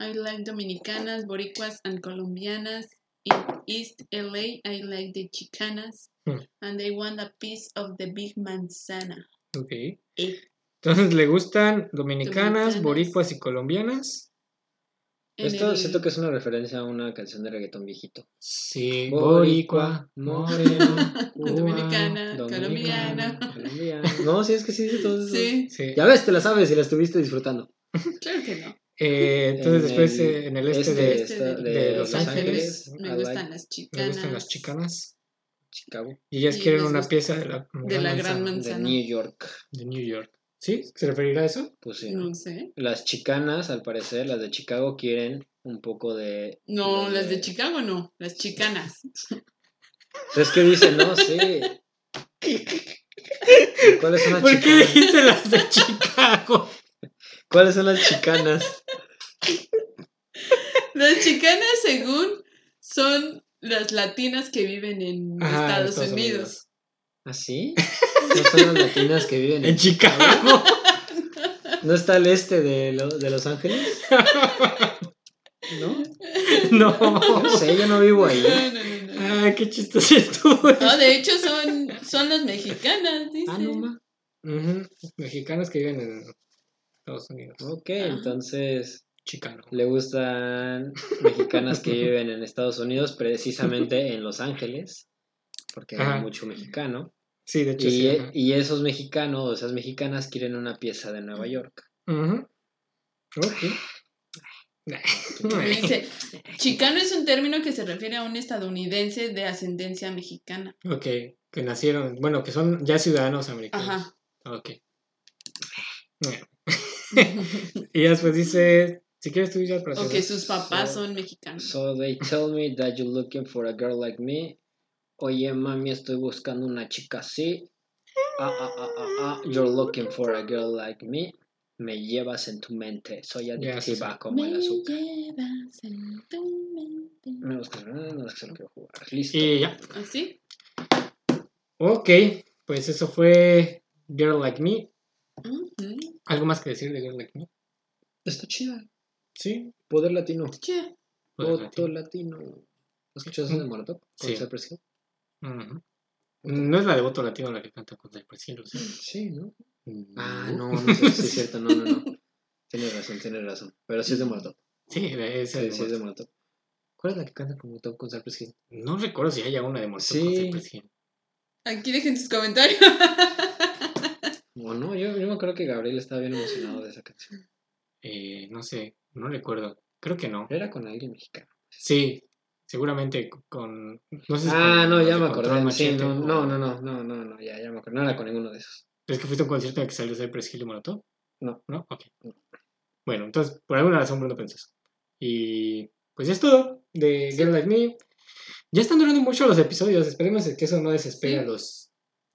Speaker 4: I like dominicanas, boricuas and colombianas. In East LA, I like the chicanas.
Speaker 1: Hmm.
Speaker 4: And they want a piece of the big manzana.
Speaker 1: ok. Entonces le gustan dominicanas,
Speaker 4: Dominicanas.
Speaker 1: boricuas y colombianas.
Speaker 4: En
Speaker 2: Esto
Speaker 4: el-
Speaker 2: siento que es una referencia a una canción de reggaetón viejito.
Speaker 1: Sí, boricua,
Speaker 2: Boricua,
Speaker 1: morena, cubano,
Speaker 4: Dominicana,
Speaker 2: Dominicana,
Speaker 4: colombiana.
Speaker 2: colombiana. No, sí, es que sí dice todo eso.
Speaker 4: Sí,
Speaker 1: Sí.
Speaker 2: Ya ves, te la sabes y la estuviste disfrutando.
Speaker 4: claro que no.
Speaker 1: Eh, entonces después eh, en el este, de
Speaker 4: este
Speaker 2: esta-
Speaker 4: de-
Speaker 2: de,
Speaker 1: de
Speaker 2: Los Ángeles,
Speaker 4: Me
Speaker 2: I like
Speaker 4: gustan las chicanas.
Speaker 1: me gustan las chicanas
Speaker 2: Chicago,
Speaker 1: y ellas
Speaker 4: Y
Speaker 1: quieren
Speaker 4: les
Speaker 1: una
Speaker 4: gusta-
Speaker 1: pieza de la,
Speaker 4: de la
Speaker 1: manzana
Speaker 2: de
Speaker 4: gran manzana.
Speaker 2: New York.
Speaker 1: de New York. ¿Sí? ¿Se referirá a eso?
Speaker 2: Pues sí.
Speaker 4: No sé.
Speaker 2: Las chicanas, al parecer, las de Chicago quieren un poco de.
Speaker 4: No,
Speaker 2: los
Speaker 4: las de Chicago no, las chicanas.
Speaker 2: Pues Es que dicen, no, sí. ¿Y ¿Cuáles son las
Speaker 1: ¿Por qué
Speaker 2: chicanas?
Speaker 1: dijiste las de Chicago?
Speaker 2: ¿Cuáles son las chicanas?
Speaker 4: Las chicanas, según, son las latinas que viven en
Speaker 1: Ajá, en
Speaker 4: Estados,
Speaker 1: Estados
Speaker 4: Unidos.
Speaker 2: ¿Así? ¿Ah, ¿No son las latinas que viven
Speaker 1: En Chicago.
Speaker 2: ¿No está al este de, lo- de Los Ángeles? ¿No?
Speaker 1: No.
Speaker 2: No sé, yo no vivo ahí.
Speaker 4: No, no, no, no.
Speaker 1: Ah, qué chistoso estuvo.
Speaker 4: No, de hecho son, son las mexicanas, dice.
Speaker 2: Ah, no, ma.
Speaker 1: Ujú, Mexicanos que viven en Estados Unidos.
Speaker 4: Oh.
Speaker 2: Ok, entonces
Speaker 1: Chicano.
Speaker 2: le gustan mexicanas que viven en Estados Unidos, precisamente en Los Ángeles, porque
Speaker 1: Ajá.
Speaker 2: hay mucho mexicano.
Speaker 1: Sí, de hecho. sí,
Speaker 4: e-
Speaker 2: Y,
Speaker 1: ajá.
Speaker 2: y esos mexicanos, esas mexicanas quieren una pieza de Nueva York.
Speaker 1: Ujú. Ok.
Speaker 4: Dice, chicano es un término que se refiere a un estadounidense de ascendencia mexicana.
Speaker 1: ok, que nacieron, bueno, que son ya ciudadanos americanos.
Speaker 4: Ajá.
Speaker 1: Ok. Y ya después dice, si quieres tú ya para
Speaker 4: O que sus papás
Speaker 2: So-
Speaker 4: son mexicanos.
Speaker 2: So they tell me that you're looking for a girl like me. Oye, mami, estoy buscando una chica así. Ah, ah, ah, ah, ah. You're looking for a girl like me. Me llevas en tu mente. Soy
Speaker 1: sí,
Speaker 2: adictiva
Speaker 1: sí.
Speaker 2: como el azúcar.
Speaker 5: llevas en tu mente.
Speaker 2: Me gusta, no, no, se lo quiero jugar. Listo.
Speaker 1: Y ya.
Speaker 4: ¿Así?
Speaker 1: Ok, pues eso fue Girl Like Me.
Speaker 4: Ujú.
Speaker 1: ¿Algo más que decir de Girl Like Me?
Speaker 2: Está chida.
Speaker 1: Sí.
Speaker 2: Poder latino.
Speaker 4: Che,
Speaker 1: Voto
Speaker 2: Voto latino. ¿Has escuchado eso de Molotov? ¿Con
Speaker 1: Sí.
Speaker 2: Cypress Hill?
Speaker 1: Ujú. Mm. No es la de voto latino la que canta con Cypress Hill, o sea.
Speaker 2: Sí, ¿no? Ah,
Speaker 1: Ah, no.
Speaker 2: no, no sé, sí es cierto, no, no, no. Tienes razón, tienes razón. Pero sí es de Molotov.
Speaker 1: Sí, esa
Speaker 2: Sí,
Speaker 1: es
Speaker 2: sí es de Molotov. ¿Cuál es la que canta con Molotov con Cypress Hill?
Speaker 1: No recuerdo si haya una de Molotov con
Speaker 2: Sí.
Speaker 1: Cypress Hill.
Speaker 4: Aquí dejen sus comentarios.
Speaker 2: O no, yo, yo me acuerdo que Gabriel estaba bien emocionado de esa canción.
Speaker 1: Eh, no sé, no recuerdo. Creo que no.
Speaker 2: Era con alguien mexicano.
Speaker 1: Sí, seguramente con. No sé si
Speaker 2: Ah,
Speaker 1: con
Speaker 2: no,
Speaker 1: los
Speaker 2: ya
Speaker 1: de
Speaker 2: me
Speaker 1: Control
Speaker 2: acordé. Sí,
Speaker 1: Machete
Speaker 2: no,
Speaker 1: o-
Speaker 2: no, no, no, no, no, no, ya, ya me acordé. No era con ninguno de esos.
Speaker 1: ¿Es que fuiste a un concierto en el que salió Cypress Hill y Molotov?
Speaker 2: No.
Speaker 1: ¿No? Ok.
Speaker 2: No.
Speaker 1: Bueno, entonces, por alguna razón Bruno pensó eso. Y pues ya es todo de Girl Like Me. Ya están durando mucho los episodios. Esperemos que eso no desespere
Speaker 4: Sí.
Speaker 1: a los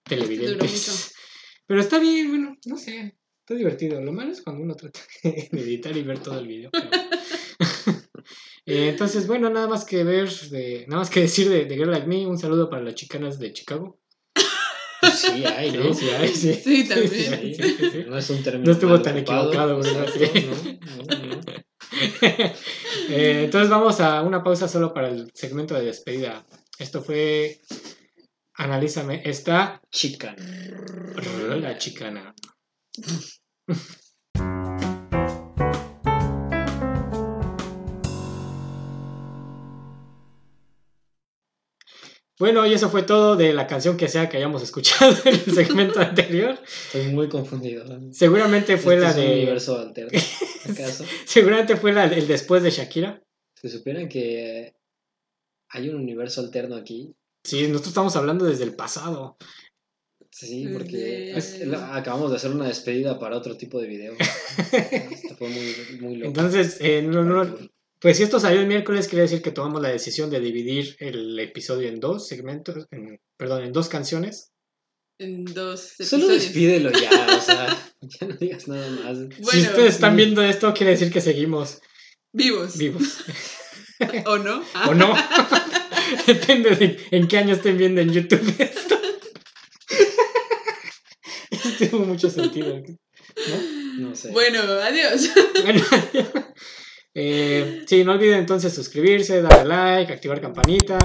Speaker 4: Duró
Speaker 1: televidentes.
Speaker 4: mucho.
Speaker 1: Pero está bien, bueno, no sé. Está divertido. Lo malo es cuando uno trata de editar y ver todo el video. pero- Eh, entonces, bueno, nada más que ver, de- nada más que decir de, de Girl Like Me. Un saludo para las chicanas de Chicago.
Speaker 2: Pues Sí, hay, ¿no?
Speaker 1: Sí, sí, ay, sí.
Speaker 4: Sí, también.
Speaker 1: Sí, sí, sí, sí.
Speaker 2: No es un término.
Speaker 1: No estuvo
Speaker 2: mal
Speaker 1: tan
Speaker 2: ocupado,
Speaker 1: equivocado,
Speaker 2: ¿no?
Speaker 1: ¿verdad?
Speaker 2: Exacto, no, no, no.
Speaker 1: Eh, entonces vamos a una pausa solo para el segmento de despedida. Esto fue Analízame esta
Speaker 2: Chica.
Speaker 1: la chicana. Bueno, y eso fue todo de la canción que sea que hayamos escuchado en el segmento anterior.
Speaker 2: Estoy muy confundido.
Speaker 1: Seguramente fue
Speaker 2: Este
Speaker 1: la
Speaker 2: es un
Speaker 1: de
Speaker 2: universo alterno. ¿Acaso?
Speaker 1: seguramente fue la, el después de Shakira.
Speaker 2: Si supieran que hay un universo alterno aquí,
Speaker 1: Sí, nosotros estamos hablando desde el pasado.
Speaker 2: sí,
Speaker 4: Desde-
Speaker 2: porque es- la- acabamos de hacer una despedida para otro tipo de video. Esto fue muy, muy loco.
Speaker 1: Entonces, eh, no, no- pues si esto salió el miércoles, quiere decir que tomamos la decisión de dividir el episodio en dos segmentos, en- perdón, en dos canciones.
Speaker 4: En dos
Speaker 2: Solo
Speaker 4: episodios.
Speaker 2: despídelo ya, o sea, ya no digas nada más.
Speaker 1: si
Speaker 4: Bueno.
Speaker 1: ustedes están viendo esto, quiere decir que seguimos
Speaker 4: Vivos.
Speaker 1: vivos.
Speaker 4: ¿O no? Ah.
Speaker 1: ¿O no? Depende de en qué año estén viendo en YouTube esto. Tuvo mucho sentido.
Speaker 2: No sé.
Speaker 4: Bueno, adiós.
Speaker 1: Bueno, eh, sí, no olviden entonces suscribirse, darle like, activar campanita.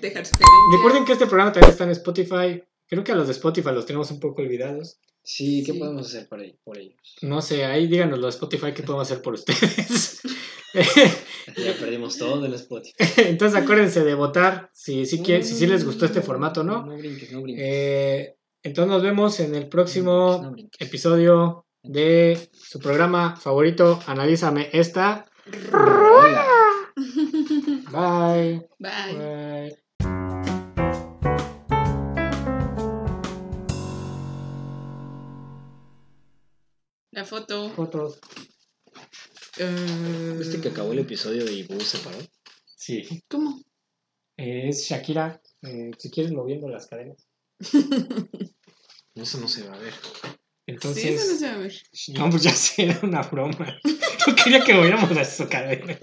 Speaker 4: Dejar sugerencias.
Speaker 1: Recuerden que este programa también está en Spotify. Creo que a los de Spotify los tenemos un poco olvidados.
Speaker 2: Sí, ¿qué
Speaker 4: Sí.
Speaker 2: podemos hacer por, ahí, por ellos?
Speaker 1: No sé, ahí díganos los de Spotify que podemos hacer por ustedes.
Speaker 2: Ya perdimos todo en Spotify.
Speaker 1: Entonces acuérdense de votar si, si, quieren, si, sí les gustó este formato o no.
Speaker 2: No brinques, no brinques.
Speaker 1: Eh, entonces nos vemos en el
Speaker 2: No
Speaker 1: próximo
Speaker 2: brinques.
Speaker 1: episodio de su programa favorito, Analízame esta.
Speaker 2: Hola.
Speaker 1: Bye.
Speaker 4: Bye.
Speaker 1: Bye.
Speaker 4: La foto. Eh,
Speaker 1: Otros.
Speaker 2: ¿Viste que acabó el episodio de Ibu se paró?
Speaker 1: Sí.
Speaker 4: ¿Cómo?
Speaker 1: Eh, es Shakira. Eh, si quieres moviendo las cadenas.
Speaker 2: Eso no se va a ver.
Speaker 1: Entonces.
Speaker 4: sí, eso no se va a ver.
Speaker 1: No, pues ya sé, era una broma. No quería que volviéramos a su cadena.